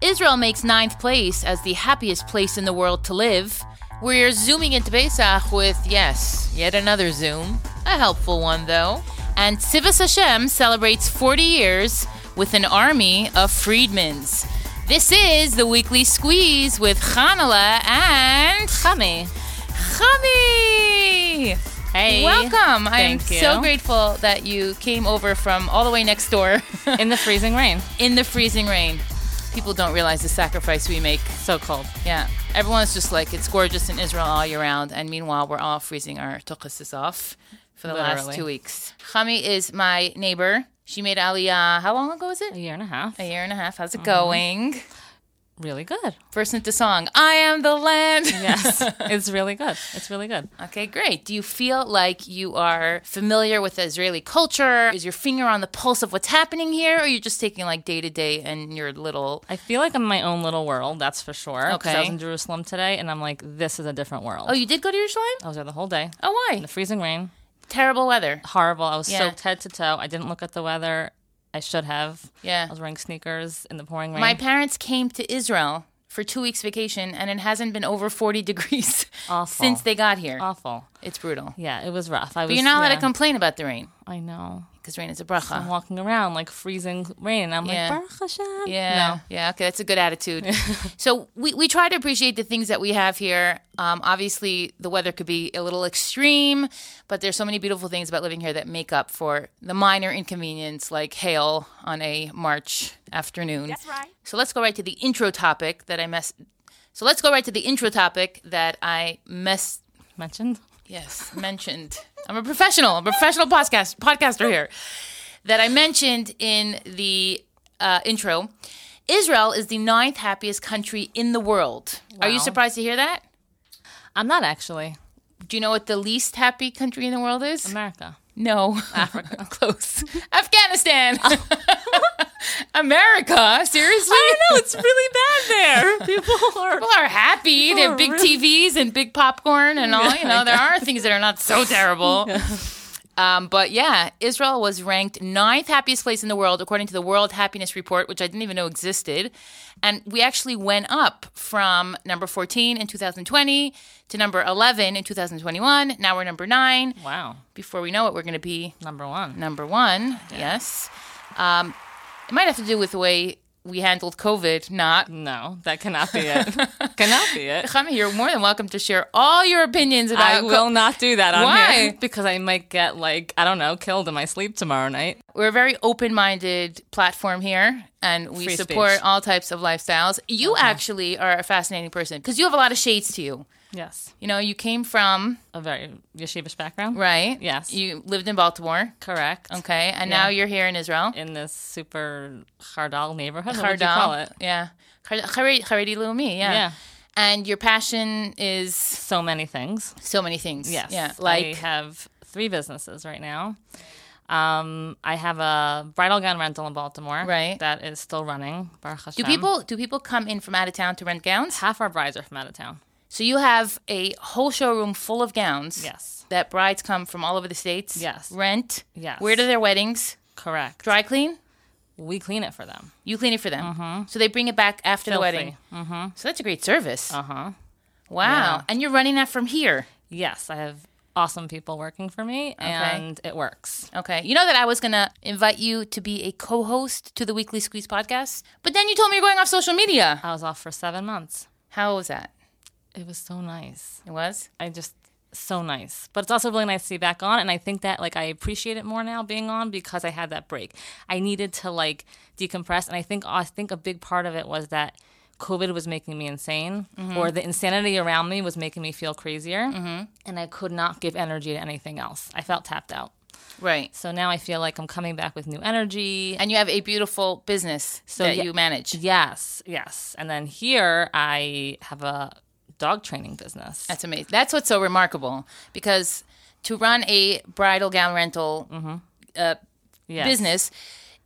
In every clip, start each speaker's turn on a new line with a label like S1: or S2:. S1: Israel makes ninth place as the happiest place in the world to live. We're zooming into Pesach with, yes, yet another zoom. A helpful one, though. And Tzivas Hashem celebrates 40 years with an army of freedmans. This is the weekly squeeze with Chanala and
S2: Chami.
S1: Chami.
S2: Hey.
S1: Welcome. I'm
S2: Thank you.
S1: so grateful that you came over from all the way next door
S2: In the freezing rain.
S1: in the freezing rain. People don't realize the sacrifice we make.
S2: So cold.
S1: Yeah. Everyone's just like, it's gorgeous in Israel all year round. And meanwhile, we're all freezing our tochases off for the last
S2: Literally.
S1: two weeks. Chami is my neighbor. She made Aliyah. How long ago is
S2: A
S1: it?
S2: year and a half.
S1: A year and a half. How's it going?
S2: Really good.
S1: First into song, I am the land.
S2: Yes. it's really good. It's really good.
S1: Okay, great. Do you feel like you are familiar with Israeli culture? Is your finger on the pulse of what's happening here? Or are you just taking like day to day and your little.
S2: I feel like I'm in my own little world, that's for sure. 'Cause I was
S1: Okay.
S2: in Jerusalem today and I'm like, this is a different world.
S1: Oh, you did go to Jerusalem?
S2: I was there the whole day.
S1: Oh, why?
S2: In the freezing rain.
S1: Terrible weather.
S2: Horrible. I was
S1: Yeah.
S2: soaked head to toe. I didn't look at the weather. I should have.
S1: Yeah.
S2: I was wearing sneakers in the pouring rain.
S1: My parents came to Israel for two weeks vacation, and it hasn't been over 40 degrees
S2: Awful.
S1: since they got here.
S2: Awful.
S1: It's brutal.
S2: Yeah, it was rough. I was
S1: But you're not allowed
S2: yeah.
S1: to complain about the rain
S2: I know.
S1: because rain is a
S2: I'm
S1: bracha.
S2: walking around like freezing rain. And I'm
S1: Yeah.
S2: like, Baruch Hashem.
S1: Yeah, yeah, okay, that's a good attitude. so we, we try to appreciate the things that we have here. Um, obviously, the weather could be a little extreme, but there's so many beautiful things about living here that make up for the minor inconvenience, like hail on a March afternoon. That's right. So let's go right to the intro topic that I mess. So let's go right to the intro topic that I mess.
S2: No. Mentioned.
S1: Yes, mentioned. I'm a professional. I'm a professional podcast podcaster here. That I mentioned in the uh, intro. Israel is the ninth happiest country in the world. Are you
S2: Wow.
S1: surprised to hear that?
S2: I'm not actually.
S1: Do you know what the least happy country in the world is?
S2: America.
S1: No. Africa. Close. Afghanistan. America. Seriously?
S2: know it's really bad there. People are
S1: People are happy. they have
S2: are
S1: big
S2: really-
S1: TVs and big popcorn and all.
S2: Yeah,
S1: You know,
S2: I
S1: there are things that are not so terrible. Um, but yeah, Israel was ranked ninth happiest place in the world according to the World Happiness Report, which I didn't even know existed. And we actually went up from number 14 in 2020 to number 11 in 2021. Now we're number nine.
S2: wow.
S1: Before we know it, we're going to be
S2: Number one.
S1: number one. Yes. Um, it might have to do with the way we handled COVID, not
S2: No, that cannot be it. cannot be it.
S1: Chami, you're more than welcome to share all your opinions about.
S2: I will not do that on
S1: Why?
S2: here because I might get like I don't know killed in my sleep tomorrow night.
S1: We're a very open-minded platform here, and we
S2: Free
S1: support
S2: speech.
S1: all types of lifestyles. You actually are a fascinating person because you have a lot of shades to you.
S2: Yes,
S1: You know, you came from
S2: a very yeshivish background.
S1: right.
S2: Yes.
S1: You lived in Baltimore.
S2: Correct.
S1: Okay, and
S2: Yeah.
S1: now you're here in Israel.
S2: In this super hardal neighborhood, what would you call it?
S1: Yeah. Har- Haredi Haredi Lumi. Yeah.
S2: Yeah.
S1: And your passion is
S2: So many things.
S1: so many things.
S2: Yes.
S1: Yeah.
S2: I
S1: Like
S2: have three businesses right now. Um, I have a bridal gown rental in Baltimore.
S1: Right.
S2: That is still running. Baruch
S1: do
S2: Hashem.
S1: people do people come in from out of town to rent gowns?
S2: half our brides are from out of town?
S1: So you have a whole showroom full of gowns.
S2: Yes.
S1: That brides come from all over the states.
S2: Yes.
S1: Rent.
S2: Yes.
S1: Where do their weddings?
S2: Correct.
S1: Dry clean.
S2: We clean it for them.
S1: You clean it for them.
S2: Mm-hmm.
S1: So they bring it back after the wedding. So that's a great service.
S2: Uh huh.
S1: wow. And you're running that from here.
S2: Yes, I have awesome people working for me, and it works.
S1: Okay. You know that I was going to invite you to be a co host to the Weekly Squeeze podcast, but then you told me you're going off social media.
S2: I was off for seven months.
S1: How was that?
S2: It was so nice.
S1: It was?
S2: I just so nice, but it's also really nice to be back on, and I think that like I appreciate it more now being on because I had that break. I needed to like decompress, and I think I think a big part of it was that. COVID was making me insane, or the insanity around me was making me feel crazier, and I could not give energy to anything else. I felt tapped out.
S1: Right.
S2: So now I feel like I'm coming back with new energy.
S1: And you have a beautiful business that
S2: yeah-
S1: you manage.
S2: Yes, yes. And then here I have a dog training business.
S1: That's amazing. That's what's so remarkable because to run a bridal gown rental
S2: Yes.
S1: business,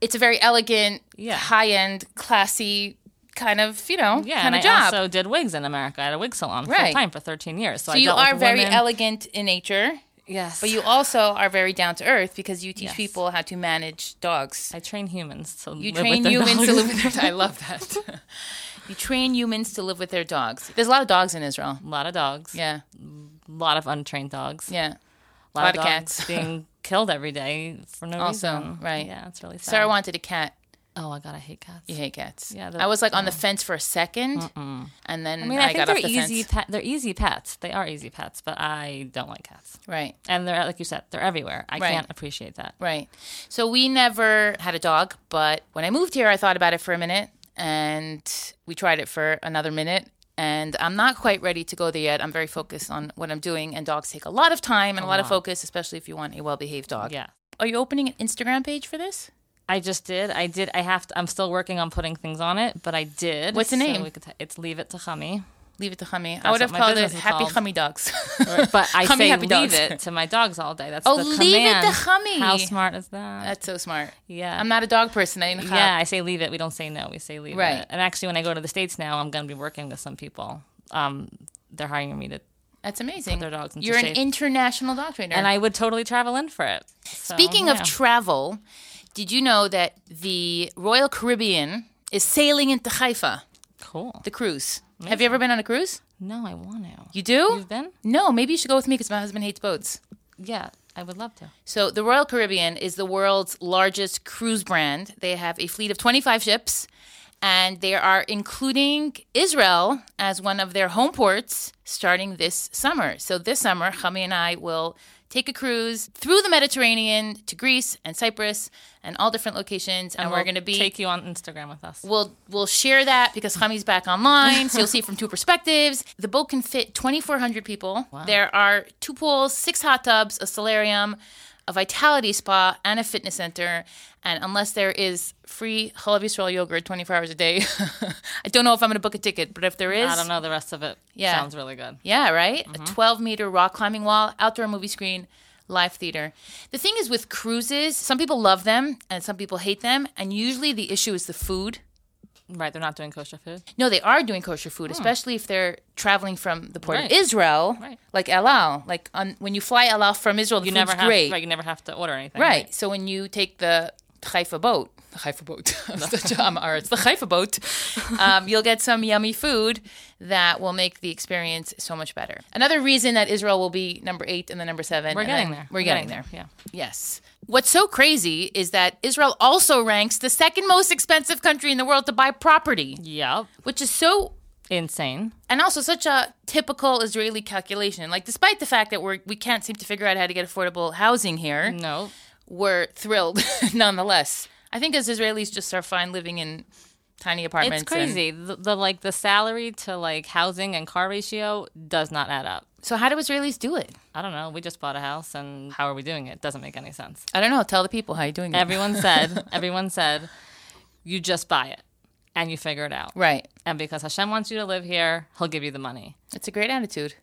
S1: it's a very elegant,
S2: Yeah.
S1: high end, classy kind of, you know,
S2: Yeah,
S1: kind
S2: and
S1: of
S2: I
S1: job.
S2: also did wigs in America. I had a wig salon
S1: Right.
S2: full time for 13 years. So,
S1: so
S2: I
S1: you
S2: dealt with
S1: are very
S2: women.
S1: elegant in nature.
S2: Yes.
S1: But you also are very down to earth because you teach
S2: Yes.
S1: people how to manage dogs.
S2: I train humans to
S1: You
S2: live
S1: train
S2: with their
S1: humans to
S2: dogs.
S1: live with their I love that. you train humans to live with their dogs. There's a lot of dogs in Israel.
S2: A lot of dogs.
S1: Yeah.
S2: A lot of untrained dogs.
S1: Yeah.
S2: A lot,
S1: lot
S2: of,
S1: of
S2: dogs
S1: cats.
S2: being killed every day for no
S1: Also,
S2: reason.
S1: right.
S2: Yeah, it's really sad.
S1: Sarah wanted a cat.
S2: oh my god, I hate cats.
S1: You hate cats.
S2: Yeah, the-
S1: I was like on the fence for a 2nd and then I,
S2: I mean, I, think
S1: got
S2: they're
S1: off the
S2: easy.
S1: fence.
S2: Pe- they're easy pets. They are easy pets, but I don't like cats.
S1: Right.
S2: And they're like you said, they're everywhere. I
S1: Right.
S2: can't appreciate that.
S1: Right. So we never had a dog, but when I moved here, I thought about it for a minute and we tried it for another minute. And I'm not quite ready to go there yet. I'm very focused on what I'm doing, and dogs take a lot of time and a, lot, of focus, especially if you want a well behaved dog.
S2: Yeah.
S1: Are you opening an Instagram page for this?
S2: I just did. I did. I have to. I'm still working on putting things on it, but I did.
S1: What's the
S2: So
S1: name?
S2: we could t- it's Leave It to Chami.
S1: Leave it to Hami. I would
S2: what
S1: have
S2: my
S1: called it
S2: business is
S1: Happy
S2: called.
S1: Hami Dogs.
S2: But I
S1: Chami
S2: say
S1: Happy
S2: leave
S1: Dogs.
S2: it to my dogs all day. That's
S1: Oh,
S2: the
S1: Leave It to
S2: command.
S1: Chami.
S2: How smart is that?
S1: That's so smart.
S2: yeah.
S1: I'm not a dog person. I didn't have-
S2: Yeah, I say leave it. We don't say no. We say leave
S1: Right.
S2: it. And actually, when I go to the states now, I'm going to be working with some people. Um, they're hiring me to,
S1: That's amazing.
S2: their dogs into
S1: You're an
S2: shape.
S1: international dog trainer.
S2: and I would totally travel in for it. So,
S1: Speaking
S2: Oh, yeah.
S1: of travel, did you know that the Royal Caribbean is sailing into Haifa,
S2: cool.
S1: the cruise? Have you ever been on a cruise?
S2: No, I want to.
S1: You do?
S2: You've been?
S1: No, maybe you should go with me because my husband hates boats.
S2: Yeah, I would love to.
S1: So, the Royal Caribbean is the world's largest cruise brand. They have a fleet of 25 ships, and they are including Israel as one of their home ports starting this summer. So, this summer, Chami and I will take a cruise through the Mediterranean to Greece and Cyprus and all different locations. And, we're
S2: We'll
S1: going to be
S2: take you on Instagram with us.
S1: We'll we'll share that because Hami's back online, so you'll see it from two perspectives. The boat can fit 2,400 people. There are two pools, six hot tubs, a solarium, a vitality spa, and a fitness center. And unless there is free Halal Yisrael yogurt 24 hours a day, I don't know if I'm going to book a ticket. But if there is,
S2: I don't know. Mm-hmm. The rest of it
S1: Yeah.
S2: sounds really good.
S1: yeah, right? A 12 meter rock climbing wall, outdoor movie screen, live theater. The thing is with cruises, some people love them and some people hate them. And usually the issue is the food.
S2: Right? They're not doing kosher food.
S1: No, they are doing kosher food, especially if they're traveling from the port
S2: Hmm. Right.
S1: of Israel,
S2: Right.
S1: like El Al. Like on, when you fly El Al from Israel, the
S2: You
S1: food's
S2: never have.
S1: great.
S2: Right? You never have to order anything.
S1: Right. So when you take the Haifa boat, the Haifa boat, I'm such a- I'm a- it's the Haifa boat, um, you'll get some yummy food that will make the experience so much better. Another reason that Israel will be number eight and the number seven.
S2: We're
S1: and
S2: getting
S1: I-
S2: there.
S1: We're getting there.
S2: Yeah.
S1: Yes. What's so crazy is that Israel also ranks the second most expensive country in the world to buy property,
S2: Yep.
S1: which is so
S2: Insane.
S1: and also such a typical Israeli calculation. Like, despite the fact that we're we can't seem to figure out how to get affordable housing here,
S2: No.
S1: we're thrilled nonetheless. I think as Israelis just are fine living in tiny apartments.
S2: It's
S1: and-
S2: crazy. The, the like the salary to like housing and car ratio does not add up.
S1: so how do Israelis do it?
S2: I don't know. We just bought a house, and how are we doing it? Doesn't make any sense.
S1: I don't know. Tell the people how you're doing it.
S2: Everyone said, everyone said, you just buy it and you figure it out.
S1: right.
S2: And because Hashem wants you to live here, He'll give you the money.
S1: It's a great attitude.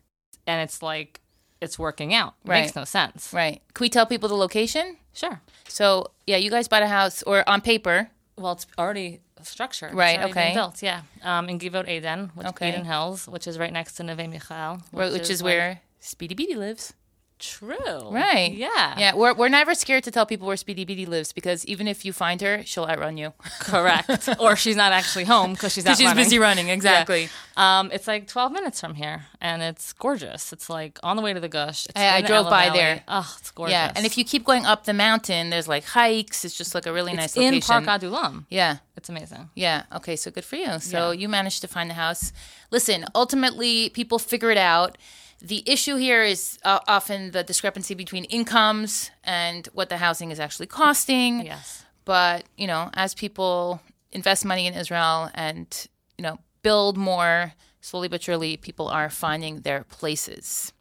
S2: And it's like it's working out. It
S1: Right.
S2: Makes no sense.
S1: Right. Can we tell people the location?
S2: Sure.
S1: So yeah, you guys bought a house or on paper.
S2: Well, it's already structured. It's
S1: Right,
S2: already been
S1: okay.
S2: built. Yeah. Um, in Givot Eden, which
S1: Okay.
S2: Eden Hills, which is right next to Neve Michal,
S1: Which, which is,
S2: like-
S1: where Speedy Beatty lives.
S2: true.
S1: Right.
S2: Yeah.
S1: Yeah. We're, we're never scared to tell people where Speedy Beatty lives because even if you find her, she'll outrun you.
S2: Correct. or she's not actually home because she's out
S1: She's
S2: running.
S1: busy running, exactly.
S2: Um, it's like 12 minutes from here, and it's gorgeous. It's like on the way to the Gush. It's
S1: I- I
S2: in
S1: drove
S2: Ella
S1: by
S2: Valley.
S1: there.
S2: Oh, it's gorgeous.
S1: Yeah, and if you keep going up the mountain, there's like hikes. It's just like a really nice
S2: in
S1: location.
S2: Park Adulam,
S1: yeah,
S2: it's amazing.
S1: yeah. Okay, so good for you. So you managed to find the house. Listen, ultimately, people figure it out. The issue here is uh, often the discrepancy between incomes and what the housing is actually costing.
S2: Yes.
S1: But you know, as people invest money in Israel and you know build more, slowly but surely, people are finding their places.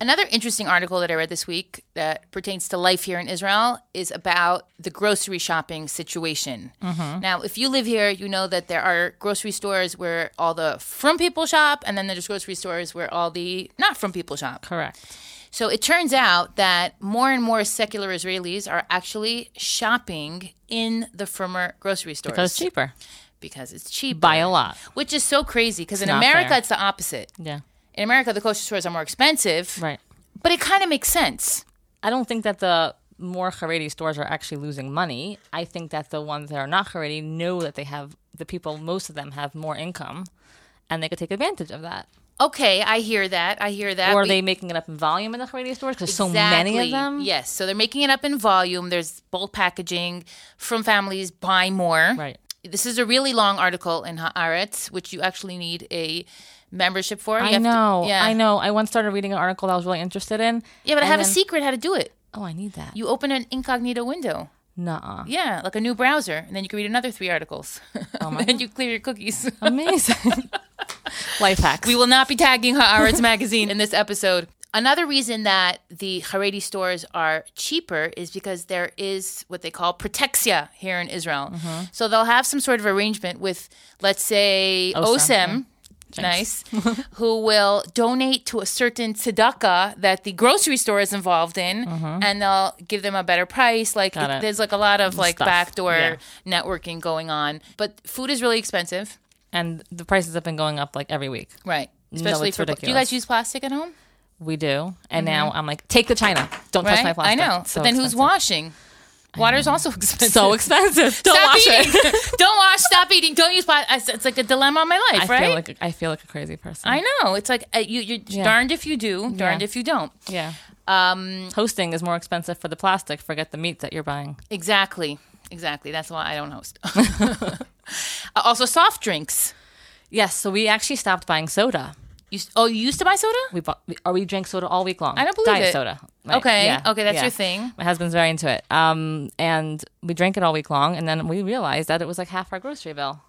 S1: Another interesting article that I read this week that pertains to life here in Israel is about the grocery shopping situation. Now, if you live here, you know that there are grocery stores where all the from people shop, and then there's grocery stores where all the not from people shop.
S2: Correct.
S1: So it turns out that more and more secular Israelis are actually shopping in the firmer grocery stores
S2: Because it's cheaper.
S1: because it's cheap,
S2: Buy a lot.
S1: which is so crazy. Because in
S2: not
S1: America,
S2: fair.
S1: it's the opposite.
S2: Yeah.
S1: In America, the grocery stores are more expensive,
S2: Right.
S1: But it kind of makes sense.
S2: I don't think that the more Haredi stores are actually losing money. I think that the ones that are not Haredi know that they have the people. Most of them have more income, and they could take advantage of that.
S1: Okay, I hear that. I hear that.
S2: or are
S1: But-
S2: they making it up in volume in the Haredi stores? Because so many of
S1: Exactly.
S2: them.
S1: Yes. So they're making it up in volume. There's bulk packaging from families buy more.
S2: Right.
S1: This is a really long article in Haaretz, which you actually need a membership for. You
S2: I
S1: have to-
S2: know.
S1: yeah.
S2: I know. I once started reading an article that I was really interested in.
S1: Yeah, but I
S2: and
S1: have a
S2: then-
S1: secret how to do it.
S2: Oh, I need that.
S1: You open an incognito window.
S2: Nuh-uh.
S1: Yeah, like a new browser, and then you can read another three articles. Oh
S2: my
S1: then you clear your cookies.
S2: Amazing. Life hacks.
S1: We will not be tagging Haaretz magazine in this episode. Another reason that the Haredi stores are cheaper is because there is what they call protexia here in Israel.
S2: Mm-hmm.
S1: So they'll have some sort of arrangement with, let's say,
S2: Osem,
S1: Osem. Nice, who will donate to a certain tzedakah that the grocery store is involved in, and they'll give them a better price. Like
S2: Mm-hmm. Got
S1: it-
S2: it.
S1: there's like a lot of like
S2: Stuff.
S1: backdoor
S2: Yeah.
S1: networking going on, but food is really expensive,
S2: and the prices have been going up like every week.
S1: right? Especially
S2: it's
S1: for do you
S2: ridiculous.
S1: guys use plastic at home?
S2: We do. And now I'm like, take the china. Don't touch my
S1: Right?
S2: plastic.
S1: I know.
S2: So
S1: but then who's
S2: expensive.
S1: washing? Water's also expensive.
S2: So expensive. Don't
S1: Stop
S2: wash
S1: eating.
S2: it.
S1: Don't wash. Stop eating. Don't use plastic. It's like a dilemma of my life,
S2: I
S1: right?
S2: feel like I feel like a crazy person.
S1: I know. It's like uh, you, you're darned if you do, darned
S2: Yeah.
S1: if you don't.
S2: yeah. Um, Hosting is more expensive for the plastic. Forget the meat that you're buying.
S1: Exactly. Exactly. That's why I don't host. Uh, also, soft drinks.
S2: Yes. So we actually stopped buying soda.
S1: You, s- oh, you used to buy soda?
S2: We bought. We, or we drank soda all week long. I
S1: don't believe
S2: Diet
S1: it.
S2: soda.
S1: Okay, okay, that's your thing.
S2: My husband's very into it. Um, and we drank it all week long, and then we realized that it was like half our grocery bill.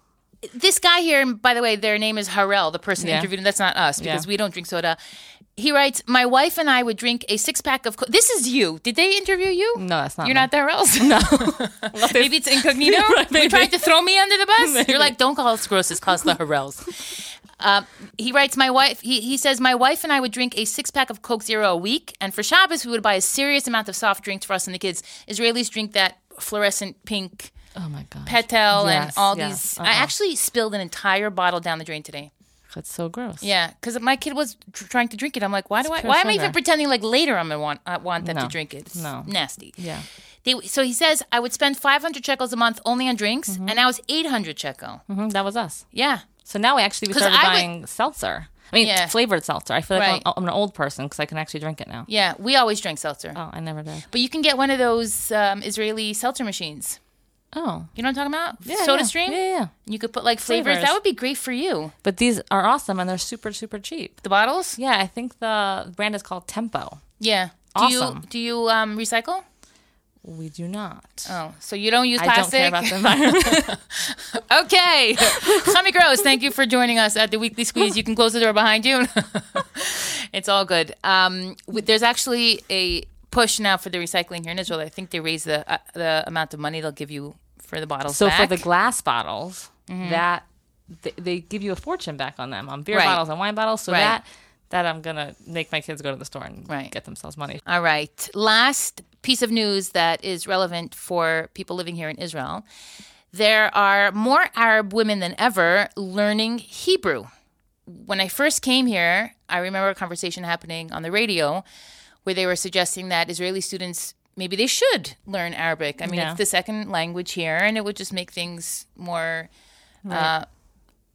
S1: this guy here, and by the way, their name is Harel, the person
S2: Yeah.
S1: interviewed, and that's not us because
S2: Yeah.
S1: we don't drink soda. He writes, "My wife and I would drink a six pack of." Co- this is you. Did they interview you?
S2: No, that's not
S1: You're
S2: me.
S1: not the Harels. No. maybe it's incognito. You're trying to throw me under the bus. You're like, don't call us grosses, call us the Harels. Um, he writes, my wife. He, he says, my wife and I would drink a six pack of Coke Zero a week, and for Shabbos we would buy a serious amount of soft drinks for us and the kids. Israelis drink that fluorescent pink
S2: Oh my god.
S1: petel and
S2: Yes,
S1: all
S2: yes.
S1: these.
S2: Uh-uh.
S1: I actually spilled an entire bottle down the drain today.
S2: That's so gross.
S1: Yeah, because my kid was tr- trying to drink it. I'm like, why do I?
S2: pure
S1: Why am I even
S2: sugar.
S1: pretending like later I'm gonna want I want them to
S2: No.
S1: drink it? It's
S2: No.
S1: nasty.
S2: Yeah.
S1: They, so he says I would spend 500 shekels a month only on drinks,
S2: Mm-hmm.
S1: and now it's 800 shekel.
S2: hmm that was us.
S1: Yeah,
S2: So now we actually we
S1: 'Cause
S2: started
S1: I would-
S2: buying seltzer. I mean,
S1: Yeah.
S2: flavored seltzer. I feel like
S1: Right.
S2: I'm, I'm an old person because I can actually drink it now.
S1: yeah. We always drank seltzer,
S2: Oh, I never did.
S1: but you can get one of those um, Israeli seltzer machines.
S2: Oh,
S1: You know what I'm talking about?
S2: yeah,
S1: Soda
S2: yeah.
S1: Stream.
S2: Yeah, yeah. yeah.
S1: You could put like flavors.
S2: Flavors.
S1: That would be great for you.
S2: But these are awesome and they're super super cheap.
S1: The bottles.
S2: Yeah, I think the brand is called Tempo.
S1: Yeah. Do
S2: Awesome.
S1: you do you um, recycle?
S2: We do not.
S1: Oh, so you don't use
S2: I
S1: plastic?
S2: don't care about the environment.
S1: Okay. Tommy Gross, thank you for joining us at the Weekly Squeeze. You can close the door behind you. it's all good. Um, w- there's actually a push now for the recycling here in Israel. I think they raise the uh, the amount of money they'll give you for the bottles.
S2: so
S1: back.
S2: for the glass bottles, that they, they give you a fortune back on them on beer
S1: Right.
S2: bottles and wine bottles. So
S1: Right.
S2: that that I'm gonna make my kids go to the store and
S1: Right.
S2: get themselves money.
S1: All right. Last piece of news that is relevant for people living here in Israel. There are more Arab women than ever learning Hebrew. When I first came here, I remember a conversation happening on the radio where they were suggesting that Israeli students maybe they should learn Arabic. I mean,
S2: Yeah.
S1: it's the second language here and it would just make things more uh,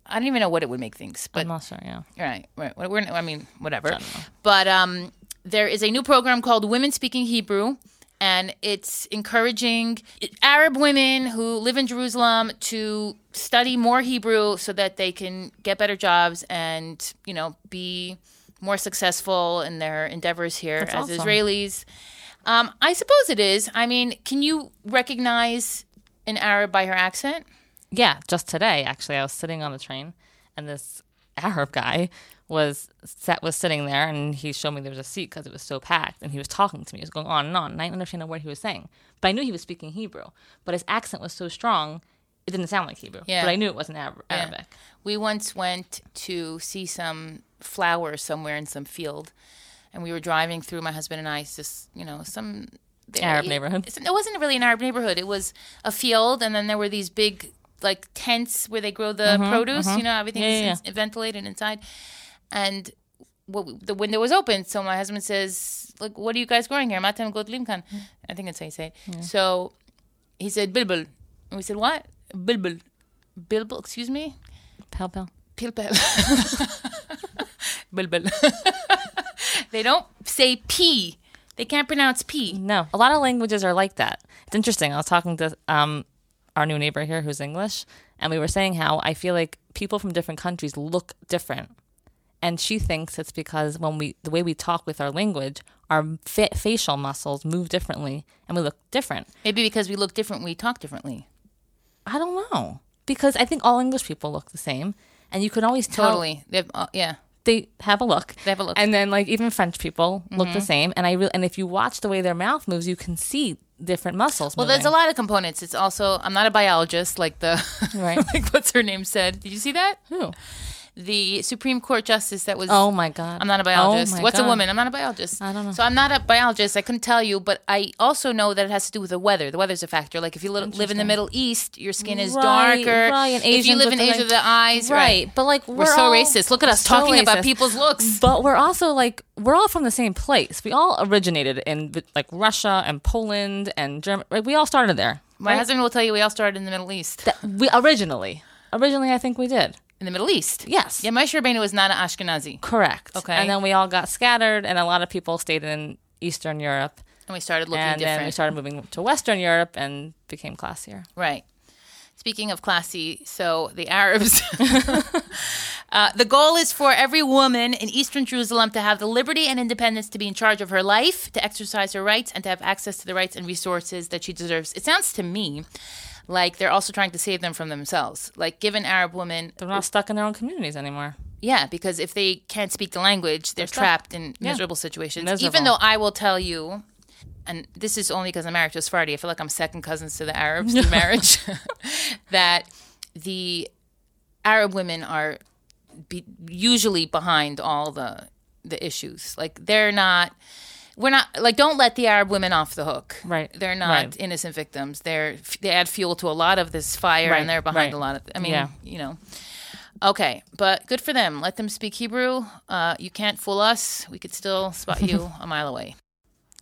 S1: I don't even know what it would make things, but
S2: I'm not sure. Yeah.
S1: Right, right. Well, We're, I mean, whatever. But um, there is a new program called Women Speaking Hebrew, and it's encouraging Arab women who live in Jerusalem to study more Hebrew so that they can get better jobs and, you know, be more successful in their endeavors here as
S2: awesome.
S1: Israelis. Um, I suppose it is. I mean, can you recognize an Arab by her accent?
S2: Yeah, just today actually, I was sitting on the train, and this Arab guy was sat was sitting there, and he showed me there was a seat because it was so packed, and he was talking to me. He was going on and on, and I didn't understand a word he was saying, but I knew he was speaking Hebrew. But his accent was so strong, it didn't sound like Hebrew.
S1: Yeah.
S2: But I knew it wasn't Arab-
S1: Yeah.
S2: Arabic.
S1: We once went to see some flowers somewhere in some field, and we were driving through. My husband and I, it's just you know, some
S2: Arab
S1: it-
S2: neighborhood.
S1: It wasn't really an Arab neighborhood. It was a field, and then there were these big like tents where they grow the produce. You know, everything
S2: Mm-hmm, Yeah,
S1: is
S2: yeah,
S1: ins- ventilated inside, and w- the window was open. So my husband says, "Look, what are you guys growing here?" Matam Godlimkan.
S2: Mm.
S1: I think that's how you say it. So he said, "Bilbil," and we said, "What? Bilbil, bilbil? Excuse me,
S2: Pal, pal.
S1: pilpel, bilbil." they don't say p. They can't pronounce p.
S2: No, a lot of languages are like that. It's interesting. I was talking to um, our new neighbor here who's English, and we were saying how I feel like people from different countries look different. And she thinks it's because when we, the way we talk with our language, our fa- facial muscles move differently and we look different.
S1: Maybe because we look different, we talk differently.
S2: I don't know. Because I think all English people look the same. And you can always tell
S1: Totally. They have, uh, yeah.
S2: they have a look.
S1: They have a look. Mm-hmm.
S2: And then like even French people look the same. And I re- and if you watch the way their mouth moves, you can see different muscles.
S1: Well, there's a lot of components. It's also I'm not a biologist like the
S2: Right.
S1: like what's her name said. Did you see that?
S2: Who?
S1: The Supreme Court justice that was
S2: Oh my god.
S1: I'm not a
S2: Oh
S1: biologist.
S2: my
S1: What's a
S2: God.
S1: woman? I'm not a biologist. I
S2: don't know.
S1: So I'm not a biologist. I couldn't tell you, but I also know that it has to do with the weather. The weather's a factor. Like if you li- live in the Middle East, your skin is
S2: Right,
S1: darker.
S2: Right. And
S1: if you
S2: Asians
S1: live
S2: with
S1: in
S2: the,
S1: Asia,
S2: like-
S1: the eyes.
S2: Right. But like
S1: We're, so
S2: all-
S1: racist. Look at us
S2: so
S1: talking about
S2: racist.
S1: people's looks.
S2: But we're also like we're all from the same place. We all originated in like Russia and Poland and Germany. Like, we all started there.
S1: My husband will tell you we all started in the Middle East.
S2: That we originally. Originally, I think we did.
S1: In the Middle East.
S2: Yes.
S1: Yeah, Moshe Rabbeinu was not an Ashkenazi.
S2: Correct.
S1: Okay.
S2: And then we all got scattered, and a lot of people stayed in Eastern Europe,
S1: And we started looking
S2: and
S1: different.
S2: then we started moving to Western Europe and became classier.
S1: Right. Speaking of classy, so the Arabs. uh, the goal is for every woman in Eastern Jerusalem to have the liberty and independence to be in charge of her life, to exercise her rights, and to have access to the rights and resources that she deserves. It sounds to me like they're also trying to save them from themselves. Like, give an Arab woman,
S2: They're not stuck in their own communities anymore.
S1: yeah, because if they can't speak the language, they're trapped in miserable situations. Even
S2: Miserable.
S1: though I will tell you, and this is only because I'm married to a Sephardi, I feel like I'm second cousins to the Arabs in marriage, that the Arab women are be, usually behind all the the issues. Like they're not. We're not like don't let the Arab women off the hook.
S2: Right.
S1: they're not
S2: Right.
S1: innocent victims. They're they add fuel to a lot of this fire,
S2: Right.
S1: and they're behind
S2: Right.
S1: a lot of. I mean,
S2: Yeah.
S1: you know, Okay, but good for them. Let them speak Hebrew. Uh, you can't fool us. We could still spot you a mile away.